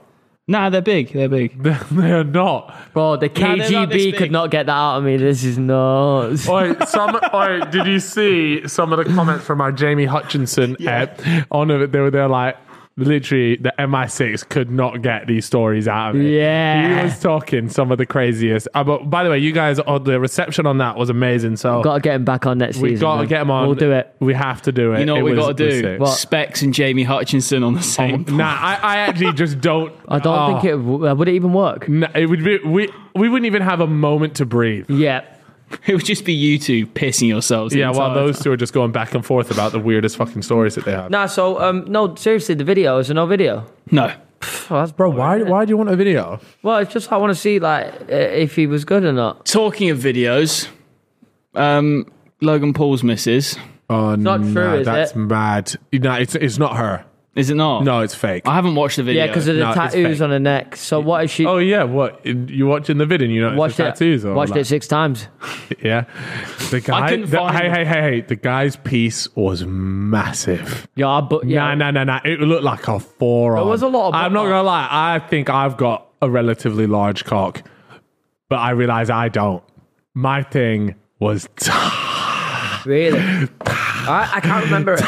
Speaker 3: Nah, they're big. They're big.
Speaker 1: they are not. Oh.
Speaker 2: Bro, the
Speaker 3: they're not this
Speaker 2: KGB
Speaker 3: big.
Speaker 2: could not get that out of me. This is nuts.
Speaker 1: Oi, some, oi, did you see some of the comments from our Jamie Hutchinson app? On it, they were there like, literally, the MI6 could not get these stories out of it.
Speaker 2: Yeah.
Speaker 1: He was talking some of the craziest. Uh, but by the way, you guys, oh, the reception on that was amazing. So
Speaker 2: Got to get him back on next
Speaker 1: we
Speaker 2: season.
Speaker 1: got to
Speaker 2: man.
Speaker 1: get him on.
Speaker 2: We'll do it.
Speaker 1: We have to do it.
Speaker 3: You know
Speaker 1: It
Speaker 3: what we
Speaker 1: was-
Speaker 3: got to
Speaker 1: was
Speaker 3: do?
Speaker 1: sick.
Speaker 2: What?
Speaker 3: Specs and Jamie Hutchinson on the same.
Speaker 1: Nah, I, I actually just don't. Ah.
Speaker 2: I don't think
Speaker 1: Oh.
Speaker 2: it w- uh, would it even work.
Speaker 1: Nah, it would be we we wouldn't even have a moment to breathe.
Speaker 2: Yeah.
Speaker 3: It would just be you two pissing yourselves. the
Speaker 1: Yeah, while
Speaker 3: entire
Speaker 1: those two are just going back and forth about the weirdest fucking stories that they have.
Speaker 2: Nah. So um, no. Seriously, the video is there no video.
Speaker 3: No.
Speaker 2: Oh, that's bro.
Speaker 1: Why why do you want a video?
Speaker 2: Well, it's just I want to see like uh, if he was good or not.
Speaker 3: Talking of videos, um, Logan Paul's missus.
Speaker 1: Oh,
Speaker 2: not true,
Speaker 1: nah,
Speaker 2: is
Speaker 1: that's
Speaker 2: it?
Speaker 1: mad. No, it's it's not her.
Speaker 3: Is it not?
Speaker 1: No, it's fake.
Speaker 3: I haven't watched the video.
Speaker 2: Yeah, because of the
Speaker 1: No, it's
Speaker 2: tattoos
Speaker 1: fake.
Speaker 2: on her neck. So what is she?
Speaker 1: oh yeah, what you watching the video? and You know, watched
Speaker 2: watched it.
Speaker 1: tattoos. Or
Speaker 2: watched
Speaker 1: like-
Speaker 2: it six times.
Speaker 1: Yeah, the guy.
Speaker 3: couldn't
Speaker 1: the-
Speaker 3: find
Speaker 1: hey,
Speaker 3: it.
Speaker 1: hey, hey, hey! The guy's piece was massive.
Speaker 2: Yeah, but
Speaker 1: Nah,
Speaker 2: yeah,
Speaker 1: nah, nah, nah. It looked like a forearm.
Speaker 2: There was a lot of
Speaker 1: I'm not
Speaker 2: butt-
Speaker 1: gonna lie. I think I've got a relatively large cock, but I realize I don't. My thing was
Speaker 2: really. I, I can't remember it.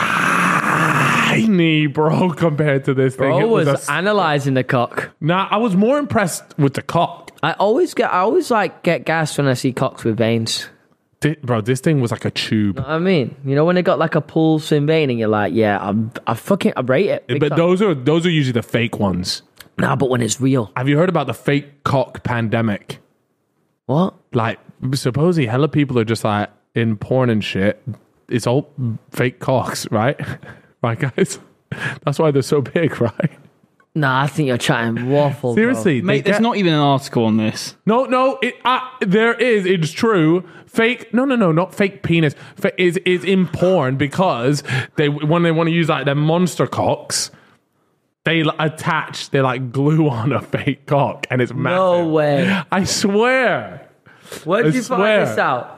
Speaker 1: tiny, bro, compared to this thing.
Speaker 2: Bro
Speaker 1: It was
Speaker 2: was,
Speaker 1: a s-
Speaker 2: analyzing the cock.
Speaker 1: nah, I was more impressed with the cock,
Speaker 2: I always get, I always like get gassed when I see cocks with veins.
Speaker 1: Thi- bro. This thing was like a tube.
Speaker 2: I mean, you know when they got like a pulse in vein, and you're like, yeah, I'm, I fucking, I rate it. big
Speaker 1: but
Speaker 2: time.
Speaker 1: those are those are usually the fake ones.
Speaker 2: nah, but when it's real,
Speaker 1: Have you heard about the fake cock pandemic?
Speaker 2: what?
Speaker 1: like supposedly hella people are just like in porn and shit. It's all fake cocks, right? right, guys. That's why they're so big, right?
Speaker 2: Nah, I think you're chatting waffle. bro.
Speaker 1: Seriously,
Speaker 3: Mate,
Speaker 1: they
Speaker 3: there's
Speaker 1: get-
Speaker 3: not even an article on this.
Speaker 1: No, no, it, uh, there is. It's true. Fake. No, no, no, not fake penis. Fa- is is in porn because they when they want to use like their monster cocks, they like, attach, they like glue on a fake cock, and it's massive.
Speaker 2: No way.
Speaker 1: I swear.
Speaker 2: Where did
Speaker 1: I
Speaker 2: you
Speaker 1: swear.
Speaker 2: find this out?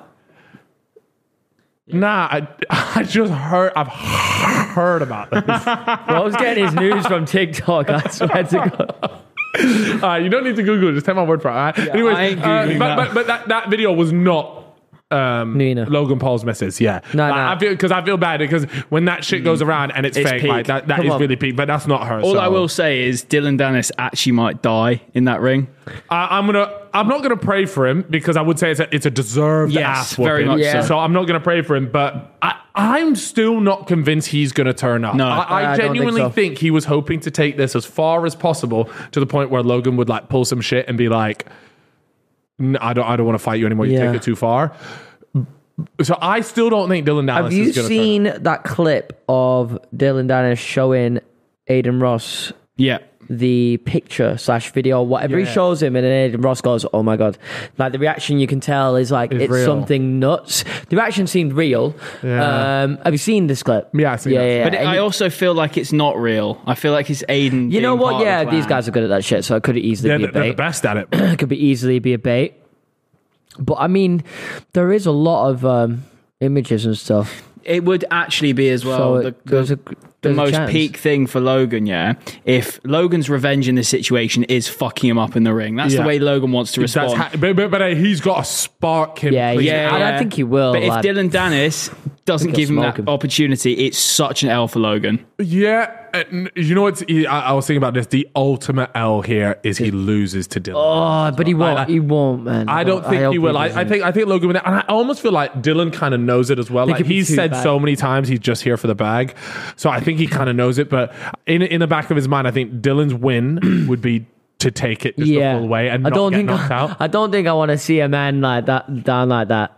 Speaker 1: Nah, I, I just heard. I've heard about this.
Speaker 2: Bro, I was getting his news from TikTok. I swear to God.
Speaker 1: All right, you don't need to Google. it. Just take my word for it. All right? Anyways,
Speaker 3: I ain't
Speaker 1: uh,
Speaker 3: Googling
Speaker 1: but,
Speaker 3: that.
Speaker 1: but but that that video was not. Um,
Speaker 2: Nina.
Speaker 1: Logan Paul's missus, yeah.
Speaker 2: No,
Speaker 1: Like,
Speaker 2: no. Mm.
Speaker 1: I feel because I feel bad because when that shit goes around and it's,
Speaker 3: It's
Speaker 1: fake, like
Speaker 3: peak.
Speaker 1: that, that
Speaker 2: Come
Speaker 1: is
Speaker 2: on.
Speaker 1: really peak. But that's not her.
Speaker 3: All
Speaker 1: so-
Speaker 3: I will say is Dylan Dennis actually might die in that ring.
Speaker 1: I, I'm gonna, I'm not gonna pray for him because I would say it's a, it's a deserved
Speaker 3: Yes,
Speaker 1: ass
Speaker 3: very
Speaker 1: whooping.
Speaker 3: much
Speaker 2: Yeah. so.
Speaker 1: So I'm not gonna pray for him, but I, I'm still not convinced he's gonna turn up.
Speaker 3: No.
Speaker 1: I, I,
Speaker 2: I don't think
Speaker 1: genuinely
Speaker 2: so.
Speaker 1: think, he was hoping to take this as far as possible to the point where Logan would like pull some shit and be like, "N- "I don't, I don't want to fight you anymore. You
Speaker 2: Yeah.
Speaker 1: take it too far." So I still don't think Dylan Dallas
Speaker 2: Have you
Speaker 1: is gonna turn
Speaker 2: seen that clip of Dylan Dennis showing Aiden Ross
Speaker 3: Yeah.
Speaker 2: the picture slash video, whatever he shows him, and then Aiden Ross goes, "Oh my god!" Like the reaction you can tell is like
Speaker 1: It's
Speaker 2: it's,
Speaker 1: real.
Speaker 2: something nuts. The reaction seemed real.
Speaker 1: Yeah.
Speaker 2: Um, have you seen this clip?
Speaker 1: Yeah, I've seen
Speaker 2: yeah,
Speaker 1: that. uh,
Speaker 2: yeah.
Speaker 3: But
Speaker 2: And
Speaker 3: I
Speaker 2: you-
Speaker 3: also feel like it's not real. I feel like it's Aiden.
Speaker 2: you know
Speaker 3: being
Speaker 2: what?
Speaker 3: part of
Speaker 2: Yeah,
Speaker 3: the
Speaker 2: these
Speaker 3: plan.
Speaker 2: guys are good at that shit, so it could easily
Speaker 1: They're,
Speaker 2: be
Speaker 1: the-
Speaker 2: a
Speaker 1: they're the
Speaker 2: bait.
Speaker 1: best at it.
Speaker 2: it could be easily be a bait. But I mean, there is a lot of um, images and stuff.
Speaker 3: It would actually be as well
Speaker 2: so
Speaker 3: the,
Speaker 2: it, there's a
Speaker 3: the
Speaker 2: there's a
Speaker 3: most
Speaker 2: chance.
Speaker 3: peak thing for Logan, yeah. If Logan's revenge in this situation is fucking him up in the ring, that's
Speaker 1: Yeah.
Speaker 3: the way Logan wants to
Speaker 1: That's
Speaker 3: respond.
Speaker 1: ha- but but, but uh, he's got to spark him.
Speaker 2: Yeah,
Speaker 1: please.
Speaker 2: yeah. I don't think he will,
Speaker 3: But if
Speaker 2: lad.
Speaker 3: Dylan Dennis doesn't
Speaker 2: he'll
Speaker 3: give him
Speaker 2: smoke
Speaker 3: that
Speaker 2: him.
Speaker 3: opportunity, it's such an L for Logan.
Speaker 1: Yeah, and you know what's? e, I, I was thinking about this. The ultimate L here is he loses to Dylan.
Speaker 2: Oh, but he won't.
Speaker 1: I-
Speaker 2: he won't, man.
Speaker 1: I don't think
Speaker 2: hope
Speaker 1: he will. I, I
Speaker 2: doesn't.
Speaker 1: think I think Logan would, and I almost feel like Dylan kind of knows it as well. Like
Speaker 2: it'd be
Speaker 1: he's
Speaker 2: too
Speaker 1: said
Speaker 2: bad.
Speaker 1: so many times he's just here for the bag, so I think he kind of knows it. But in in the back of his mind, I think Dylan's win would be to take it just the full way and not get
Speaker 2: think
Speaker 1: knocked out.
Speaker 2: I don't think I want to see a man like that down like that.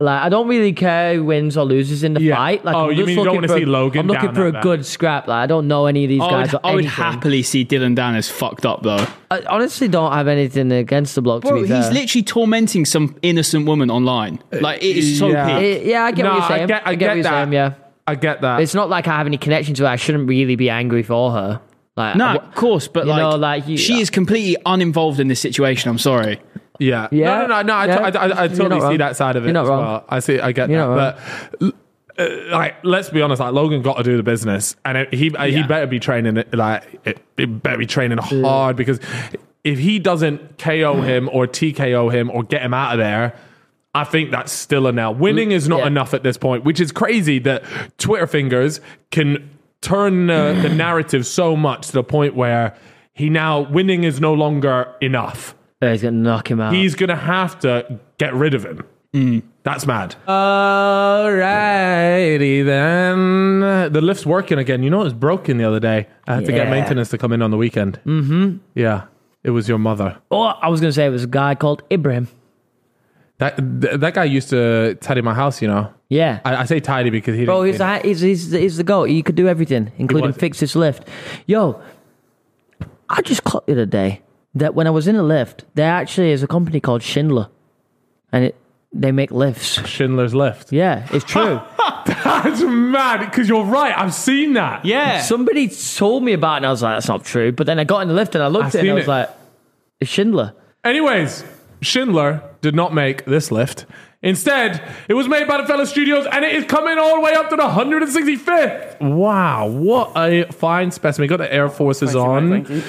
Speaker 2: Like I don't really care who wins or loses in the
Speaker 1: Yeah.
Speaker 2: fight. Like
Speaker 1: Oh,
Speaker 2: I'm
Speaker 1: you
Speaker 2: just
Speaker 1: mean you don't wanna
Speaker 2: looking for-
Speaker 1: see Logan
Speaker 2: I'm looking
Speaker 1: down
Speaker 2: for
Speaker 1: like
Speaker 2: a
Speaker 1: that. Oh,
Speaker 2: good scrap. Like I don't know any of these
Speaker 3: I
Speaker 2: guys.
Speaker 3: would,
Speaker 2: or
Speaker 3: I would
Speaker 2: anything.
Speaker 3: happily see Dylan Dennis fucked up though.
Speaker 2: I honestly don't have anything against the block. to
Speaker 3: Bro,
Speaker 2: be
Speaker 3: he's
Speaker 2: fair.
Speaker 3: literally tormenting some innocent woman online. Like it is so
Speaker 1: yeah.
Speaker 3: peak.
Speaker 2: Eh, yeah, I get
Speaker 1: Nah,
Speaker 2: what you're saying. I get, what you're
Speaker 1: that.
Speaker 2: saying. Yeah,
Speaker 1: I get that.
Speaker 2: it's not like I have any connection to her. I shouldn't really be angry for her. Like
Speaker 3: No,
Speaker 2: I-
Speaker 3: of course, but
Speaker 2: you
Speaker 3: like,
Speaker 2: know, like, you-
Speaker 3: she is completely uninvolved in this situation. I'm sorry.
Speaker 1: Yeah.
Speaker 2: Yeah.
Speaker 1: No, no, no, no. I,
Speaker 2: Yeah.
Speaker 1: t- I, I, I
Speaker 2: You're
Speaker 1: totally
Speaker 2: not
Speaker 1: see
Speaker 2: wrong.
Speaker 1: that side of it
Speaker 2: You're not
Speaker 1: as
Speaker 2: wrong.
Speaker 1: well. I see. I get
Speaker 2: You're not
Speaker 1: that. But l- uh, like, let's be honest. Like, Logan got to do the business, and it- he uh, he
Speaker 3: Yeah.
Speaker 1: better be training. it, Like, it, it better be training hard because if he doesn't KO
Speaker 2: Mm.
Speaker 1: him or TKO him or get him out of there. I think that's still a now. Winning is not
Speaker 2: Yeah.
Speaker 1: enough at this point, which is crazy that Twitter fingers can turn uh, the narrative so much to the point where he now winning is no longer enough
Speaker 2: Oh, he's gonna knock him out.
Speaker 1: he's gonna have to get rid of him. That's mad. Alrighty then. The lift's working again. You know it was broken the other day. I had to get
Speaker 2: Yeah.
Speaker 1: maintenance to come in on the weekend. Mm-hmm. Yeah, it was your mother.
Speaker 2: oh, I was gonna say it was a guy called Ibrahim.
Speaker 1: That th- that guy used to tidy my house. You know,
Speaker 2: Yeah,
Speaker 1: I, I say tidy because he.
Speaker 2: Bro,
Speaker 1: didn't
Speaker 2: he's
Speaker 1: clean.
Speaker 2: the, he's, he's, the- he's the goat. He could do everything, including
Speaker 1: was.
Speaker 2: fix this lift. Yo, I just caught the other day that when I was in a lift, there actually is a company called Schindler, and it they make lifts.
Speaker 1: Schindler's Lift.
Speaker 2: Yeah, it's true.
Speaker 1: That's mad because you're right. I've seen that.
Speaker 3: Yeah.
Speaker 2: Somebody told me about it and I was like, that's not true. But then I got in the lift and I looked
Speaker 1: I've
Speaker 2: at it and
Speaker 1: seen
Speaker 2: I was
Speaker 1: it.
Speaker 2: like, it's Schindler.
Speaker 1: Anyways, Schindler did not make this lift. Instead, it was made by the fellow studios and it is coming all the way up to the 165th. Wow, what a fine specimen. Got the Air Forces on.
Speaker 6: Thank you.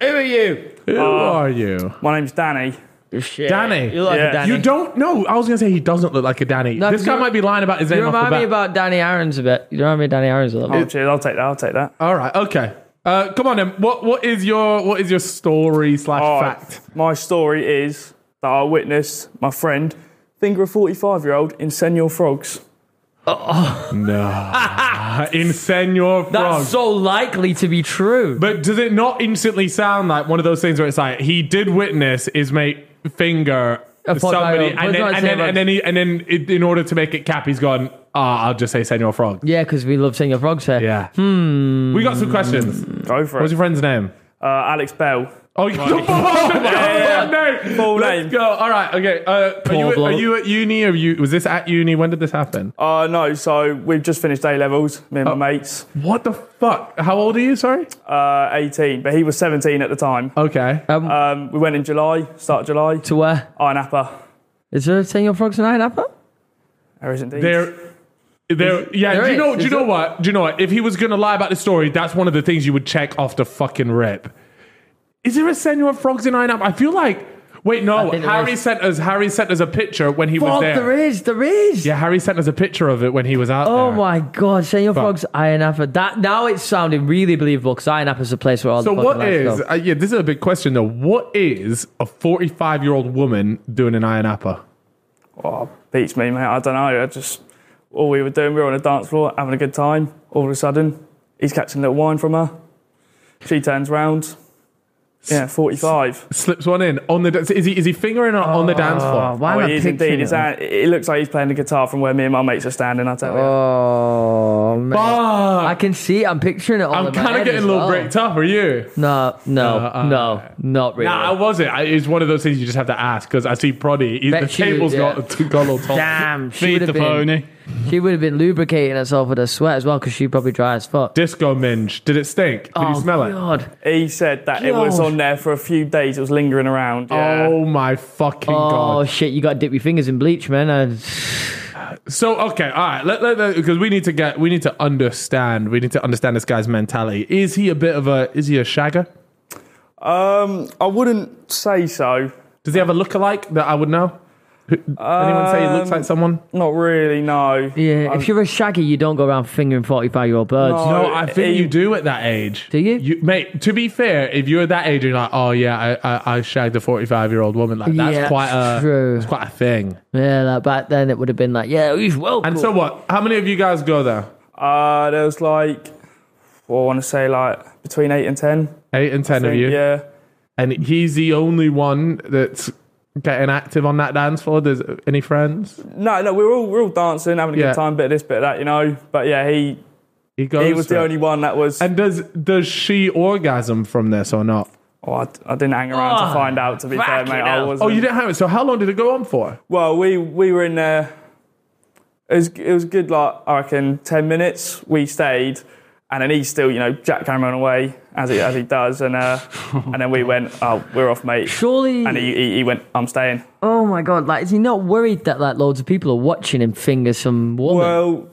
Speaker 2: Who are you?
Speaker 1: Who are you?
Speaker 6: My name's Danny.
Speaker 2: Shit.
Speaker 1: Danny.
Speaker 2: You look like
Speaker 6: Yeah.
Speaker 2: a Danny.
Speaker 1: You don't know. I was going to say he doesn't look like a Danny.
Speaker 2: No,
Speaker 1: this
Speaker 2: 'cause
Speaker 1: guy
Speaker 2: you-
Speaker 1: might be lying about his
Speaker 2: You
Speaker 1: name off the
Speaker 2: remind
Speaker 1: bat.
Speaker 2: me about Danny Irons a bit. You remind me of Danny Irons a little
Speaker 6: Oh,
Speaker 2: bit.
Speaker 6: cheers. I'll take that. I'll take that.
Speaker 1: all right, okay. Uh, come on then. What what is your what is your story slash
Speaker 2: Oh,
Speaker 6: All right.
Speaker 1: fact?
Speaker 6: My story is that I witnessed my friend finger a 45 year old in Senor Frogs.
Speaker 1: No, in Senor Frog.
Speaker 2: That's so likely to be true.
Speaker 1: But does it not instantly sound like one of those things where it's like he did witness his mate finger
Speaker 2: A pot
Speaker 1: somebody,
Speaker 2: viral.
Speaker 1: and
Speaker 2: It's
Speaker 1: then
Speaker 2: not
Speaker 1: and then,
Speaker 2: saying
Speaker 1: and then he, and then it, in order to make it cap, he's gone. Ah, I'll just say Senor Frog.
Speaker 2: yeah, because we love seeing your frogs here.
Speaker 1: Yeah.
Speaker 2: Hmm.
Speaker 1: We got some questions.
Speaker 6: Go for
Speaker 1: What's
Speaker 6: it.
Speaker 1: your friend's name?
Speaker 6: Uh, Alex Bell.
Speaker 1: Oh, you oh, name.
Speaker 6: Full
Speaker 1: Let's
Speaker 6: name.
Speaker 1: go. All right. Okay. Uh, are, you,
Speaker 2: bloke.
Speaker 1: are you at uni? Or you was this at uni? When did this happen?
Speaker 6: Uh, no, so we've just finished A levels, me and my mates,
Speaker 1: What the fuck? How old are you? Sorry.
Speaker 6: uh, 18, but he was 17 at the time.
Speaker 1: Okay. Uh,
Speaker 2: Um,
Speaker 6: Um, we went in July, start of July,
Speaker 2: to where?
Speaker 6: Iron Appa.
Speaker 2: Is there a seeing your frogs tonight, Appa?
Speaker 6: There is indeed.
Speaker 1: There, there. Yeah.
Speaker 2: there
Speaker 1: do you know?
Speaker 2: is,
Speaker 1: Do you
Speaker 2: is
Speaker 1: know
Speaker 2: it?
Speaker 1: what? Do you know what? If he was gonna lie about the story, that's one of the things you would check off the fucking rip. Is there a Senor Frogs in Iron Up? I feel like. Wait, no.
Speaker 2: I think there
Speaker 1: Harry
Speaker 2: is.
Speaker 1: sent us. Harry sent us a picture when he was
Speaker 2: Fuck,
Speaker 1: there.
Speaker 2: there is, there is.
Speaker 1: Yeah, Harry sent us a picture of it when he was out
Speaker 2: Oh
Speaker 1: there.
Speaker 2: my god, seeing your
Speaker 1: Fuck.
Speaker 2: frogs, Iron Apple. That now it's sounding really believable because Iron Apple's a place where all
Speaker 1: So
Speaker 2: the fucking
Speaker 1: what
Speaker 2: lights
Speaker 1: is?
Speaker 2: go.
Speaker 1: Uh, yeah, this is a big question though. What is a forty-five-year-old woman doing in Iron Appa?
Speaker 6: oh, beats me, mate. I don't know. I just, all we were doing, we were on a dance floor having a good time. All of a sudden, he's catching a little wine from her. She turns round. Yeah, 45.
Speaker 1: Slips one in on the. da- Is he is he fingering her on the dance
Speaker 2: Oh,
Speaker 1: floor?
Speaker 2: why
Speaker 6: Oh,
Speaker 2: am I
Speaker 6: he is
Speaker 2: picturing
Speaker 6: indeed. It's
Speaker 2: it?
Speaker 6: a- it looks like he's playing the guitar from where me and my mates are standing. I tell you.
Speaker 2: Oh man.
Speaker 1: Fuck.
Speaker 2: I can see it, I'm picturing it all
Speaker 1: I'm
Speaker 2: in my
Speaker 1: kind of
Speaker 2: head
Speaker 1: getting
Speaker 2: as
Speaker 1: a little
Speaker 2: well.
Speaker 1: bricked up. Are you?
Speaker 2: No, no,
Speaker 1: Uh, uh,
Speaker 2: no, not really.
Speaker 1: Nah, I wasn't. I, it's one of those things you just have to ask because I see Proddy. He, the
Speaker 2: Bet you-
Speaker 1: table's
Speaker 2: yeah.
Speaker 1: got, got all tall.
Speaker 2: Damn, she
Speaker 3: Feed
Speaker 2: would
Speaker 3: the
Speaker 2: have been
Speaker 3: pony.
Speaker 2: she would have been lubricating herself with her sweat as well because she probably dry as fuck.
Speaker 1: Disco minge. Did it stink? Did you
Speaker 2: Oh,
Speaker 1: smell it?
Speaker 2: God.
Speaker 6: He said that it was
Speaker 2: God.
Speaker 6: on there for a few days. It was lingering around. Yeah.
Speaker 1: Oh my fucking
Speaker 2: Oh
Speaker 1: god!
Speaker 2: shit! You got to dip your fingers in bleach, man. I,
Speaker 1: So okay, all right. Let let because we need to get we need to understand we need to understand this guy's mentality. Is he a bit of a is he a shagger?
Speaker 6: Um, I wouldn't say so.
Speaker 1: Does he have a lookalike that I would know? Who- Anyone say he looks
Speaker 2: Um,
Speaker 1: like someone?
Speaker 6: Not really. No.
Speaker 2: yeah,
Speaker 6: Um,
Speaker 2: if you're a shaggy, you don't go around fingering forty-five-year-old birds.
Speaker 6: No.
Speaker 1: No, I think
Speaker 6: he-
Speaker 1: you do at that age.
Speaker 2: Oh, eh, Do you?
Speaker 1: mate? To be fair, if you're that age, you're like, oh yeah, I, I, I shagged a 45 year old woman. Like that's
Speaker 2: Yeah,
Speaker 1: quite a
Speaker 2: true.
Speaker 1: that's quite a thing.
Speaker 2: Yeah, like back then it would have been like, yeah, he's well.
Speaker 1: And
Speaker 2: cool.
Speaker 1: so what? How many of you guys go there?
Speaker 6: Uh, there was like, well, I want to say like between eight and ten.
Speaker 1: Eight and
Speaker 6: I
Speaker 1: ten of
Speaker 6: think,
Speaker 1: you,
Speaker 6: Yeah.
Speaker 1: and he's the only one that's getting active on that dance floor. There's any friends?
Speaker 6: No, no, we were all we were all dancing, having a
Speaker 1: Yeah.
Speaker 6: good time, bit of this, bit of that, you know. But yeah, he
Speaker 1: He goes.
Speaker 6: he was
Speaker 1: for
Speaker 6: the
Speaker 1: it.
Speaker 6: only one that was.
Speaker 1: And does does she orgasm from this or not?
Speaker 6: oh, I, I didn't hang around
Speaker 2: Oh,
Speaker 6: to find out. To be fair,
Speaker 2: fucking
Speaker 6: mate, I
Speaker 2: hell.
Speaker 6: was.
Speaker 1: Oh, you didn't have it. So how long did it go on for?
Speaker 6: Well, we we were in there. It was it was good. Like I reckon ten minutes. We stayed, and then he still, you know, Jack Cameron away as he as he does, and uh, and then we went. Oh, we're off, mate.
Speaker 2: surely,
Speaker 6: And he, he he went. I'm staying.
Speaker 2: oh my god, like is he not worried that like loads of people are watching him finger some woman?
Speaker 6: Well,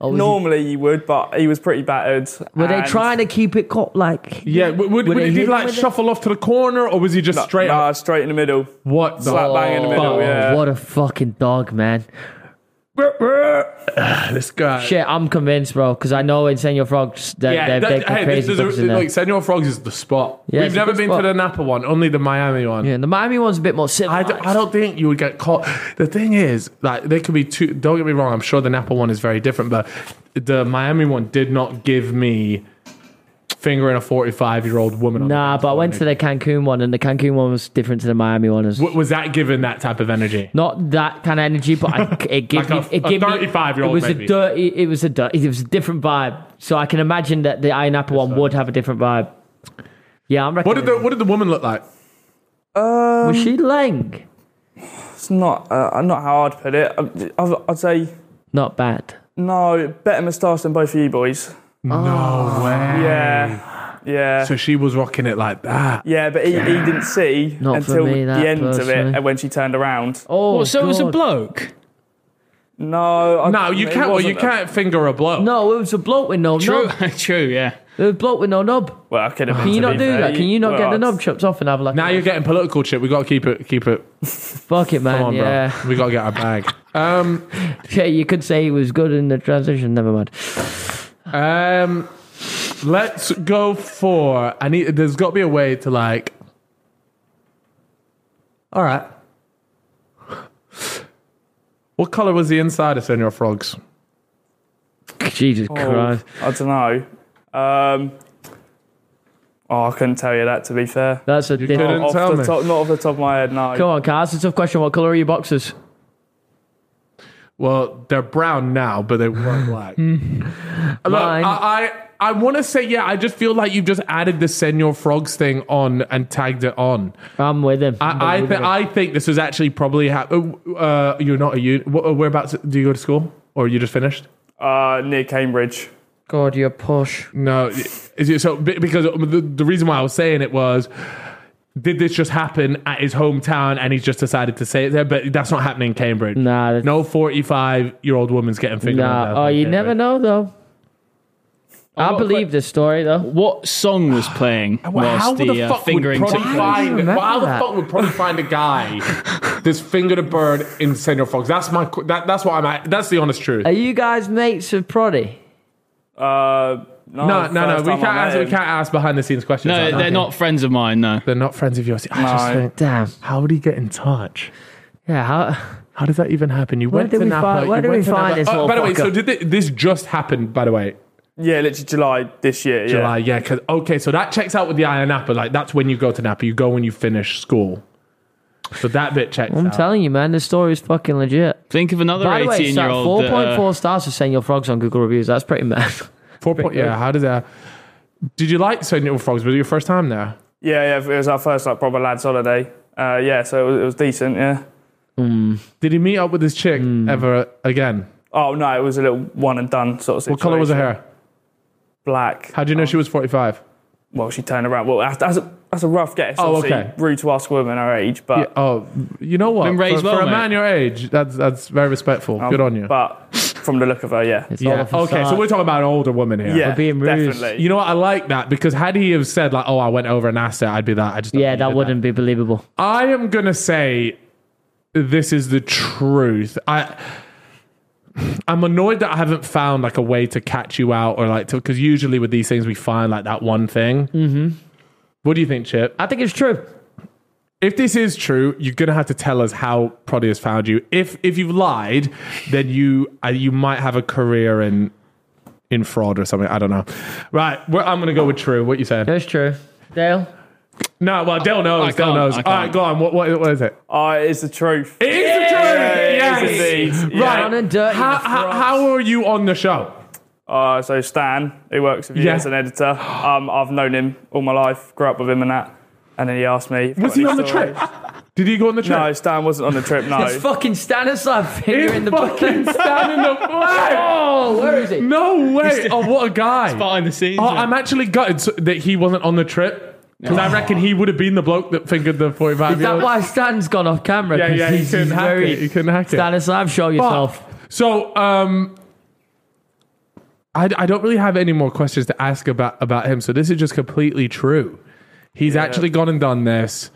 Speaker 2: Or was he-
Speaker 6: normally you would, but he was pretty battered.
Speaker 2: were they
Speaker 6: and-
Speaker 2: trying to keep it caught? Like,
Speaker 1: Yeah, would, would,
Speaker 2: Would
Speaker 1: would
Speaker 2: it
Speaker 1: he,
Speaker 2: hit
Speaker 1: like
Speaker 2: with it?
Speaker 1: shuffle off to the corner, or was he just
Speaker 6: No,
Speaker 1: straight
Speaker 6: no,
Speaker 1: up?
Speaker 6: straight in the middle.
Speaker 1: What the
Speaker 6: Slap bang in the middle.
Speaker 2: oh,
Speaker 6: yeah.
Speaker 2: what a fucking dog, man.
Speaker 1: This guy.
Speaker 2: Shit, I'm convinced, bro, because I know in Senor Frogs they
Speaker 1: Yeah,
Speaker 2: they
Speaker 1: that,
Speaker 2: they
Speaker 1: hey,
Speaker 2: hey,
Speaker 1: this,
Speaker 2: crazy
Speaker 1: there's a,
Speaker 2: dogs in there.
Speaker 1: like Senor Frogs is the spot.
Speaker 2: Yeah,
Speaker 1: We've
Speaker 2: it's a
Speaker 1: never
Speaker 2: good
Speaker 1: been to
Speaker 2: spot.
Speaker 1: the Napa one, only the Miami one.
Speaker 2: yeah, the Miami one's a bit more
Speaker 1: I,
Speaker 2: civilized.
Speaker 1: don't, I don't think you would get caught. The thing is, like, there could be two. Don't get me wrong. I'm sure the Napa one is very different, but the Miami one did not give me fingering a 45 year old woman. on the
Speaker 2: Nah,
Speaker 1: dance
Speaker 2: but I
Speaker 1: floor,
Speaker 2: went
Speaker 1: mate.
Speaker 2: to the Cancun one, and the Cancun one was different to the Miami one. As
Speaker 1: W- was that given that type of energy?
Speaker 2: not that kind of energy, but I, it
Speaker 1: Like
Speaker 2: gave
Speaker 1: a-
Speaker 2: me it
Speaker 1: a
Speaker 2: gave me-
Speaker 1: 35-year-old
Speaker 2: It was
Speaker 1: maybe.
Speaker 2: a dirty. It was a dirty. It was a different vibe. So I can imagine that the Iron Apple one would have a different vibe. Yeah, I'm.
Speaker 1: What did the What did the woman look like?
Speaker 2: was she Lang?
Speaker 6: It's not uh, not how I'd put it. I- I'd, I'd say
Speaker 2: Not bad.
Speaker 6: No, better moustache than both of you boys.
Speaker 2: Oh.
Speaker 1: No way.
Speaker 6: Yeah, yeah.
Speaker 1: So she was rocking it like that.
Speaker 6: yeah, but he, he didn't see
Speaker 2: Not for
Speaker 6: until
Speaker 2: me, that
Speaker 6: the end of it
Speaker 2: personally.
Speaker 6: and when she turned around.
Speaker 2: Oh,
Speaker 3: Well, so it was a
Speaker 2: God.
Speaker 3: bloke.
Speaker 6: No, I,
Speaker 1: No, you
Speaker 6: it
Speaker 1: can't. Well, you
Speaker 6: wasn't a-
Speaker 1: can't finger a bloke.
Speaker 2: No, it was a bloke with no
Speaker 3: True,
Speaker 2: knob.
Speaker 3: true, yeah.
Speaker 2: It was a bloke with no knob.
Speaker 6: Well, I could have.
Speaker 2: Can you not do that? Can you not get the knob chopped off and have like?
Speaker 1: Now you're getting political shit. We got to keep it. Keep it.
Speaker 2: fuck it, man.
Speaker 1: Come on,
Speaker 2: yeah,
Speaker 1: bro. We got to get our bag. Um,
Speaker 2: yeah. You could say he was good in the transition. Never mind.
Speaker 1: um, let's go for. I need. There's got to be a way to like. All right. What color was the inside of Senor Frogs?
Speaker 2: Jesus
Speaker 1: Oh.
Speaker 2: Christ.
Speaker 6: I don't know. Um, oh, I couldn't tell you that. To be fair,
Speaker 2: That's a
Speaker 1: couldn't-
Speaker 2: different.
Speaker 6: off
Speaker 1: tell
Speaker 6: the
Speaker 1: me.
Speaker 6: top, not off the top of my head. No.
Speaker 2: Come on, Carl. That's a tough question. What color are your boxes?
Speaker 1: Well, they're brown now, but they were black. Look,
Speaker 2: Mine-
Speaker 1: I I, I want to say yeah. I just feel like you've just added the Senor Frogs thing on and tagged it on.
Speaker 2: I'm with him.
Speaker 1: I I, th- I think this was actually probably ha- uh, uh, you're not a uni- wh- whereabouts do you go to school or you just finished?
Speaker 6: Uh, near Cambridge.
Speaker 2: God, you're posh.
Speaker 1: No, is it so be- because um, the, the reason why I was saying it was did this just happen at his hometown and he's just decided to say it there? But that's not happening in Cambridge.
Speaker 2: Nah, that's-
Speaker 1: no 45 year old woman's getting fingered. on
Speaker 2: Nah.
Speaker 1: death
Speaker 2: Oh,
Speaker 1: in
Speaker 2: you
Speaker 1: Cambridge.
Speaker 2: never know though. I believe this story though.
Speaker 3: What song was playing
Speaker 1: Well, how
Speaker 3: whilst the,
Speaker 1: the
Speaker 3: uh,
Speaker 1: fuck would
Speaker 3: fingering
Speaker 1: Prodi
Speaker 3: took place?
Speaker 1: find?
Speaker 2: remember
Speaker 1: How the
Speaker 2: that?
Speaker 1: fuck would Prodi find a guy that's fingered a bird in Senor Fox? That's my. qu- That, that's what I'm. At. That's the honest truth.
Speaker 2: Are you guys mates of Proddy?
Speaker 6: Uh,
Speaker 1: No,
Speaker 6: no,
Speaker 1: no, no.
Speaker 6: first
Speaker 1: We
Speaker 6: time
Speaker 1: can't.
Speaker 6: I met
Speaker 1: Ask, we
Speaker 6: him.
Speaker 1: can't ask behind the scenes questions.
Speaker 3: No,
Speaker 1: like that.
Speaker 3: they're not friends of mine, no.
Speaker 1: They're not friends of yours. I just
Speaker 6: No.
Speaker 1: think,
Speaker 2: Damn.
Speaker 1: how did he get in touch?
Speaker 2: Yeah. How,
Speaker 1: How does that even happen? You went
Speaker 2: did
Speaker 1: to
Speaker 2: we
Speaker 1: Napa.
Speaker 2: find-
Speaker 1: you
Speaker 2: where did
Speaker 1: went
Speaker 2: we
Speaker 1: to
Speaker 2: find
Speaker 1: Napa-
Speaker 2: this
Speaker 1: Oh, by the way, so
Speaker 2: motherfucker?
Speaker 1: did thi- this just happened? By the way,
Speaker 6: Yeah, literally July this year. yeah.
Speaker 1: July. Yeah, because okay, so that checks out with the eye on Napa. Like that's when you go to Napa. You go when you finish school. So that bit checks.
Speaker 2: I'm
Speaker 1: out.
Speaker 2: telling you, man, this story is fucking legit.
Speaker 3: Think of another uh,
Speaker 2: By the way,
Speaker 3: 18
Speaker 2: it's
Speaker 3: year
Speaker 2: like
Speaker 3: old.
Speaker 2: 4.4 stars for saying your frogs on Google reviews. That's pretty mad.
Speaker 1: Four point. Yeah. How did that? Did you like Senor Frogs? Was it your first time there?
Speaker 6: Yeah, yeah. It was our first like proper lads holiday. Uh, yeah, so it was, it was decent. Yeah.
Speaker 1: Did he meet up with this chick
Speaker 6: Hmm.
Speaker 1: ever again?
Speaker 6: Oh no, it was a little one and done sort of situation.
Speaker 1: What color was her hair?
Speaker 6: Black.
Speaker 1: How do you know she was forty-five?
Speaker 6: Well, she turned around. Well, that's, that's, a, that's a rough guess.
Speaker 1: Oh,
Speaker 6: obviously.
Speaker 1: okay.
Speaker 6: Rude to ask a woman our age,
Speaker 1: Yeah,
Speaker 6: but
Speaker 1: oh, you know what?
Speaker 3: Been raised
Speaker 1: for,
Speaker 3: well,
Speaker 1: for a
Speaker 3: mate.
Speaker 1: man your age, that's that's very respectful. Good on you.
Speaker 6: But from the look of her, yeah,
Speaker 2: It's all a
Speaker 1: yeah. Okay, so
Speaker 2: facade.
Speaker 1: we're talking about an older woman here.
Speaker 6: yeah,
Speaker 2: being rude.
Speaker 6: definitely.
Speaker 1: You know what? I like that because had he have said like, "Oh, I went over and asked her," I'd be that. I just don't
Speaker 2: yeah,
Speaker 1: think he
Speaker 2: that
Speaker 1: did
Speaker 2: wouldn't be believable.
Speaker 1: I am gonna say this is the truth. I I'm annoyed that I haven't found like a way to catch you out or like to because usually with these things we find like that one thing. Mm-hmm. What do you think, Chip?
Speaker 2: I think it's true.
Speaker 1: If this is true, you're gonna have to tell us how Proddy has found you. If if you've lied, then you uh, you might have a career in in fraud or something. I don't know. Right, well, I'm gonna go with true. What you saying?
Speaker 2: It's true. Dale?
Speaker 1: No, well, Dale knows. Dale
Speaker 3: can't,
Speaker 1: knows.
Speaker 3: I
Speaker 1: All
Speaker 3: can't.
Speaker 1: right, go on. What what, what is it?
Speaker 6: Oh, it's the truth.
Speaker 1: It is the
Speaker 6: Yeah,
Speaker 1: truth.
Speaker 6: it
Speaker 1: yes.
Speaker 6: is indeed.
Speaker 1: Right.
Speaker 2: Down and dirty
Speaker 1: How,
Speaker 2: with
Speaker 1: how,
Speaker 2: frogs.
Speaker 1: how are you on the show?
Speaker 6: Uh, so Stan, who works with you
Speaker 1: Yeah.
Speaker 6: as an editor, um, I've known him all my life, grew up with him and that. And then he asked me. if I
Speaker 1: Was
Speaker 6: got
Speaker 1: he
Speaker 6: any
Speaker 1: on the
Speaker 6: stories.
Speaker 1: trip? Did he go on the trip?
Speaker 6: No, Stan wasn't on the trip.
Speaker 2: It's
Speaker 6: No.
Speaker 2: fucking Stanislav
Speaker 1: He's
Speaker 2: finger in the
Speaker 1: fucking standing the flag.
Speaker 2: Oh, where is it?
Speaker 1: No way. Oh, what a guy.
Speaker 3: Behind the scenes.
Speaker 1: Oh, I'm actually gutted so- that he wasn't on the trip because I reckon he would have been the bloke that fingered the 45
Speaker 2: Is
Speaker 1: year
Speaker 2: that
Speaker 1: old.
Speaker 2: why Stan's gone off camera?
Speaker 1: Yeah,
Speaker 2: 'Cause
Speaker 1: yeah, he
Speaker 2: he's-
Speaker 1: couldn't
Speaker 2: he's
Speaker 1: hack
Speaker 2: very-
Speaker 1: it. He couldn't hack it.
Speaker 2: Stanislav, show
Speaker 1: Fuck.
Speaker 2: yourself.
Speaker 1: So, um, I, I don't really have any more questions to ask about, about him. So this is just completely true. He's actually gone and done this.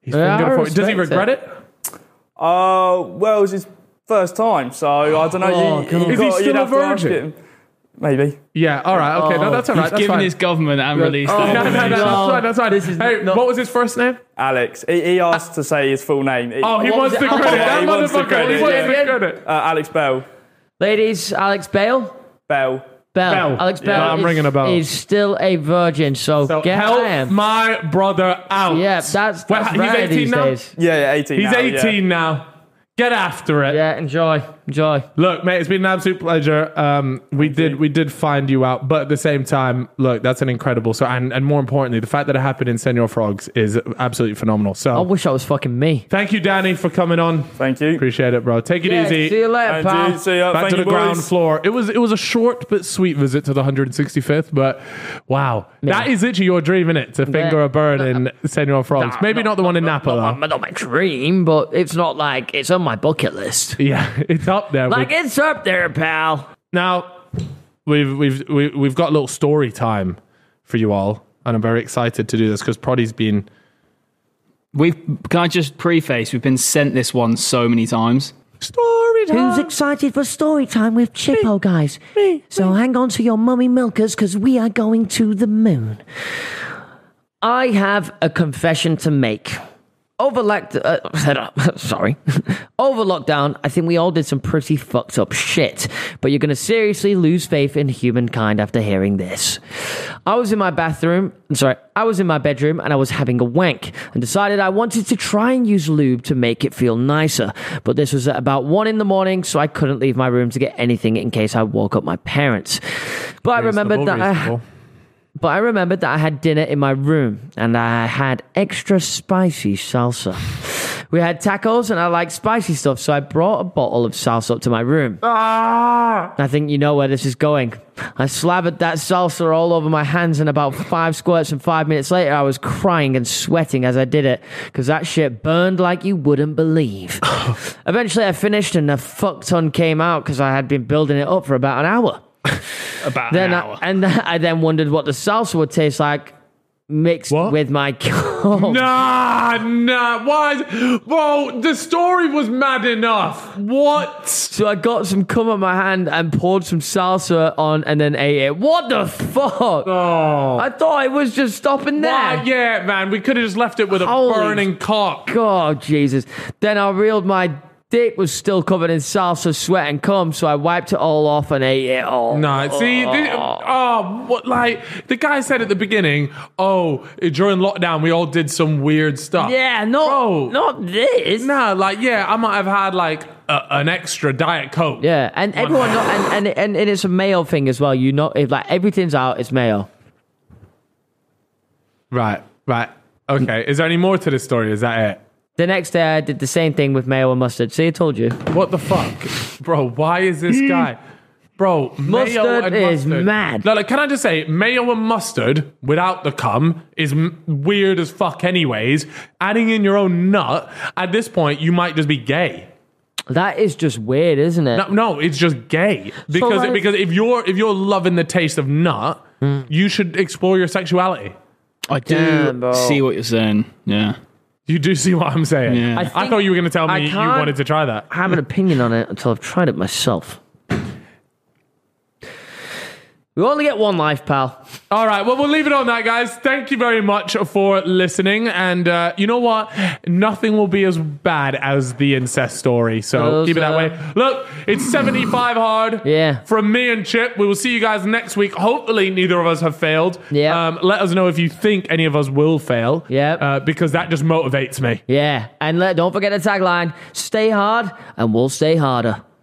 Speaker 1: He's
Speaker 2: Yeah,
Speaker 1: fingered
Speaker 2: I
Speaker 1: a forty- Does he
Speaker 2: respect
Speaker 1: regret
Speaker 2: it.
Speaker 1: it?
Speaker 6: Uh, well, it was his first time, so I don't know.
Speaker 2: Oh,
Speaker 6: you,
Speaker 2: God.
Speaker 6: you
Speaker 1: Is he
Speaker 6: got,
Speaker 1: still
Speaker 6: you'd
Speaker 1: a
Speaker 6: have to ask
Speaker 1: virgin?
Speaker 6: him. Maybe.
Speaker 1: Yeah. All right. Okay. no, that's all right.
Speaker 3: He's
Speaker 1: That's
Speaker 3: given
Speaker 1: fine.
Speaker 3: his government and released
Speaker 1: No,
Speaker 3: it.
Speaker 1: no, no, no, that's
Speaker 2: No,
Speaker 1: fine. That's fine.
Speaker 2: this is
Speaker 1: hey,
Speaker 2: not-
Speaker 1: what was his first name?
Speaker 6: Alex. He, he asked to say his full name.
Speaker 1: Oh, he
Speaker 2: What
Speaker 1: wants
Speaker 2: was
Speaker 1: the
Speaker 2: it?
Speaker 1: credit.
Speaker 2: Yeah,
Speaker 1: that
Speaker 6: he wants the
Speaker 1: motherfucker.
Speaker 6: credit,
Speaker 1: he wants
Speaker 6: yeah.
Speaker 1: the credit.
Speaker 6: uh, Alex Bell.
Speaker 2: Ladies, Alex Bale.
Speaker 6: Bell.
Speaker 2: Bell.
Speaker 1: Bell.
Speaker 2: Alex
Speaker 1: Yeah,
Speaker 2: Bell.
Speaker 1: I'm
Speaker 2: is,
Speaker 1: ringing a bell.
Speaker 2: Is still a virgin, so,
Speaker 1: So
Speaker 2: get
Speaker 1: help
Speaker 2: him.
Speaker 1: my brother out.
Speaker 2: yeah, that's, that's
Speaker 1: Well,
Speaker 2: rare these
Speaker 1: now.
Speaker 2: days.
Speaker 6: Yeah, yeah, 18.
Speaker 1: He's
Speaker 6: now, yeah.
Speaker 1: 18 now. Get after it.
Speaker 2: Yeah, enjoy. Enjoy.
Speaker 1: Look, mate, it's been an absolute pleasure. Um, we did we did find you out, but at the same time, look, that's an incredible. So, and and more importantly, the fact that it happened in Senor Frogs is absolutely phenomenal. So,
Speaker 2: I wish I was fucking me.
Speaker 1: thank you, Danny, for coming on.
Speaker 6: Thank you.
Speaker 1: Appreciate it, bro. Take it easy.
Speaker 2: See you later,
Speaker 6: And, uh,
Speaker 2: pal.
Speaker 6: see ya.
Speaker 1: Back
Speaker 6: Thank
Speaker 1: to the
Speaker 6: you, boys.
Speaker 1: ground floor. It was it was a short but sweet visit to the 165th. But wow, that is literally your dream, is it? To finger a bird in Senor Frogs.
Speaker 2: Nah,
Speaker 1: Maybe
Speaker 2: no,
Speaker 1: not the one in
Speaker 2: no,
Speaker 1: Napa
Speaker 2: no,
Speaker 1: though.
Speaker 2: Not, not my dream, but it's not like it's on my bucket list.
Speaker 1: Yeah, it's up there. with-
Speaker 2: Like it's up there, pal.
Speaker 1: Now we've we've we- we've got a little story time for you all, and I'm very excited to do this because Proddy's been
Speaker 3: We've can I just preface? We've been sent this one so many times.
Speaker 1: story
Speaker 7: Who's excited for story time with Chippo, guys? so hang on to your mummy milkers because we are going to the moon.
Speaker 2: I have a confession to make. Over locked, uh, sorry, over lockdown, I think we all did some pretty fucked up shit. But you're gonna seriously lose faith in humankind after hearing this. I was in my bathroom, I'm sorry, I was in my bedroom and I was having a wank and decided I wanted to try and use lube to make it feel nicer. But this was at about one in the morning, so I couldn't leave my room to get anything in case I woke up my parents. But I remembered that uh, I, but I remembered that I had dinner in my room and I had extra spicy salsa. We had tacos and I like spicy stuff, so I brought a bottle of salsa up to my room. I think you know where this is going. I slathered that salsa all over my hands, and about five squirts and five minutes later, I was crying and sweating as I did it because that shit burned like you wouldn't believe. Eventually, I finished and a fuck ton came out because I had been building it up for about an hour
Speaker 3: About
Speaker 2: then I, and I then wondered what the salsa would taste like mixed
Speaker 1: What?
Speaker 2: with my cum.
Speaker 1: Nah, nah. Why? Whoa, the story was mad enough. What?
Speaker 2: So I got some cum on my hand and poured some salsa on and then ate it. What the fuck?
Speaker 1: Oh.
Speaker 2: I thought it was just stopping there.
Speaker 1: Why? Yeah, man. We could have just left it with a
Speaker 2: Holy
Speaker 1: burning cock.
Speaker 2: God, Jesus. Then I reeled my dick was still covered in salsa, sweat, and cum, so I wiped it all off and ate it all.
Speaker 1: Nah, see, this, oh, what, like the guy said at the beginning, oh, during lockdown, we all did some weird stuff.
Speaker 2: Yeah, not,
Speaker 1: Bro.
Speaker 2: not this.
Speaker 1: Nah, like, yeah, I might have had like a, an extra Diet Coke.
Speaker 2: Yeah, and everyone, know, and, and and and it's a male thing as well. You know, if like everything's out, it's male.
Speaker 1: Right, right. Okay. Is there any more to this story? Is that
Speaker 2: The next day, I did the same thing with mayo and mustard. See, I told you.
Speaker 1: it? What the fuck? Bro, why is this guy. Bro, mayo
Speaker 2: Mustard
Speaker 1: and
Speaker 2: is
Speaker 1: mustard.
Speaker 2: mad.
Speaker 1: No, like, can I just say, mayo and mustard without the cum is m- weird as fuck, anyways. Adding in your own nut, at this point, you might just be gay.
Speaker 2: That is just weird, isn't it?
Speaker 1: No, no, it's just gay because
Speaker 2: like- Mm.
Speaker 1: because if you're if you're loving the taste of nut, you should explore your sexuality.
Speaker 3: I do
Speaker 2: Damn, bro.
Speaker 3: see what you're saying. Yeah.
Speaker 1: You do see what I'm saying?
Speaker 3: Yeah.
Speaker 1: I,
Speaker 3: I
Speaker 2: think-
Speaker 1: thought you were going to tell
Speaker 2: I
Speaker 1: me you
Speaker 2: can't-
Speaker 1: wanted to try that.
Speaker 2: I have an opinion on it until I've tried it myself. We only get one life, pal.
Speaker 1: All right. Well, we'll leave it on that, guys. Thank you very much for listening. And uh, you know what? Nothing will be as bad as the incest story. So
Speaker 2: Those,
Speaker 1: keep it that
Speaker 2: uh,
Speaker 1: way. Look, it's 75 hard.
Speaker 2: Yeah.
Speaker 1: From me and Chip. We will see you guys next week. Hopefully, neither of us have failed.
Speaker 2: Yeah.
Speaker 1: Um, let us know if you think any of us will fail.
Speaker 2: Yep.
Speaker 1: Uh, because that just motivates me.
Speaker 2: Yeah, and let, don't forget the tagline: "Stay hard, and we'll stay harder."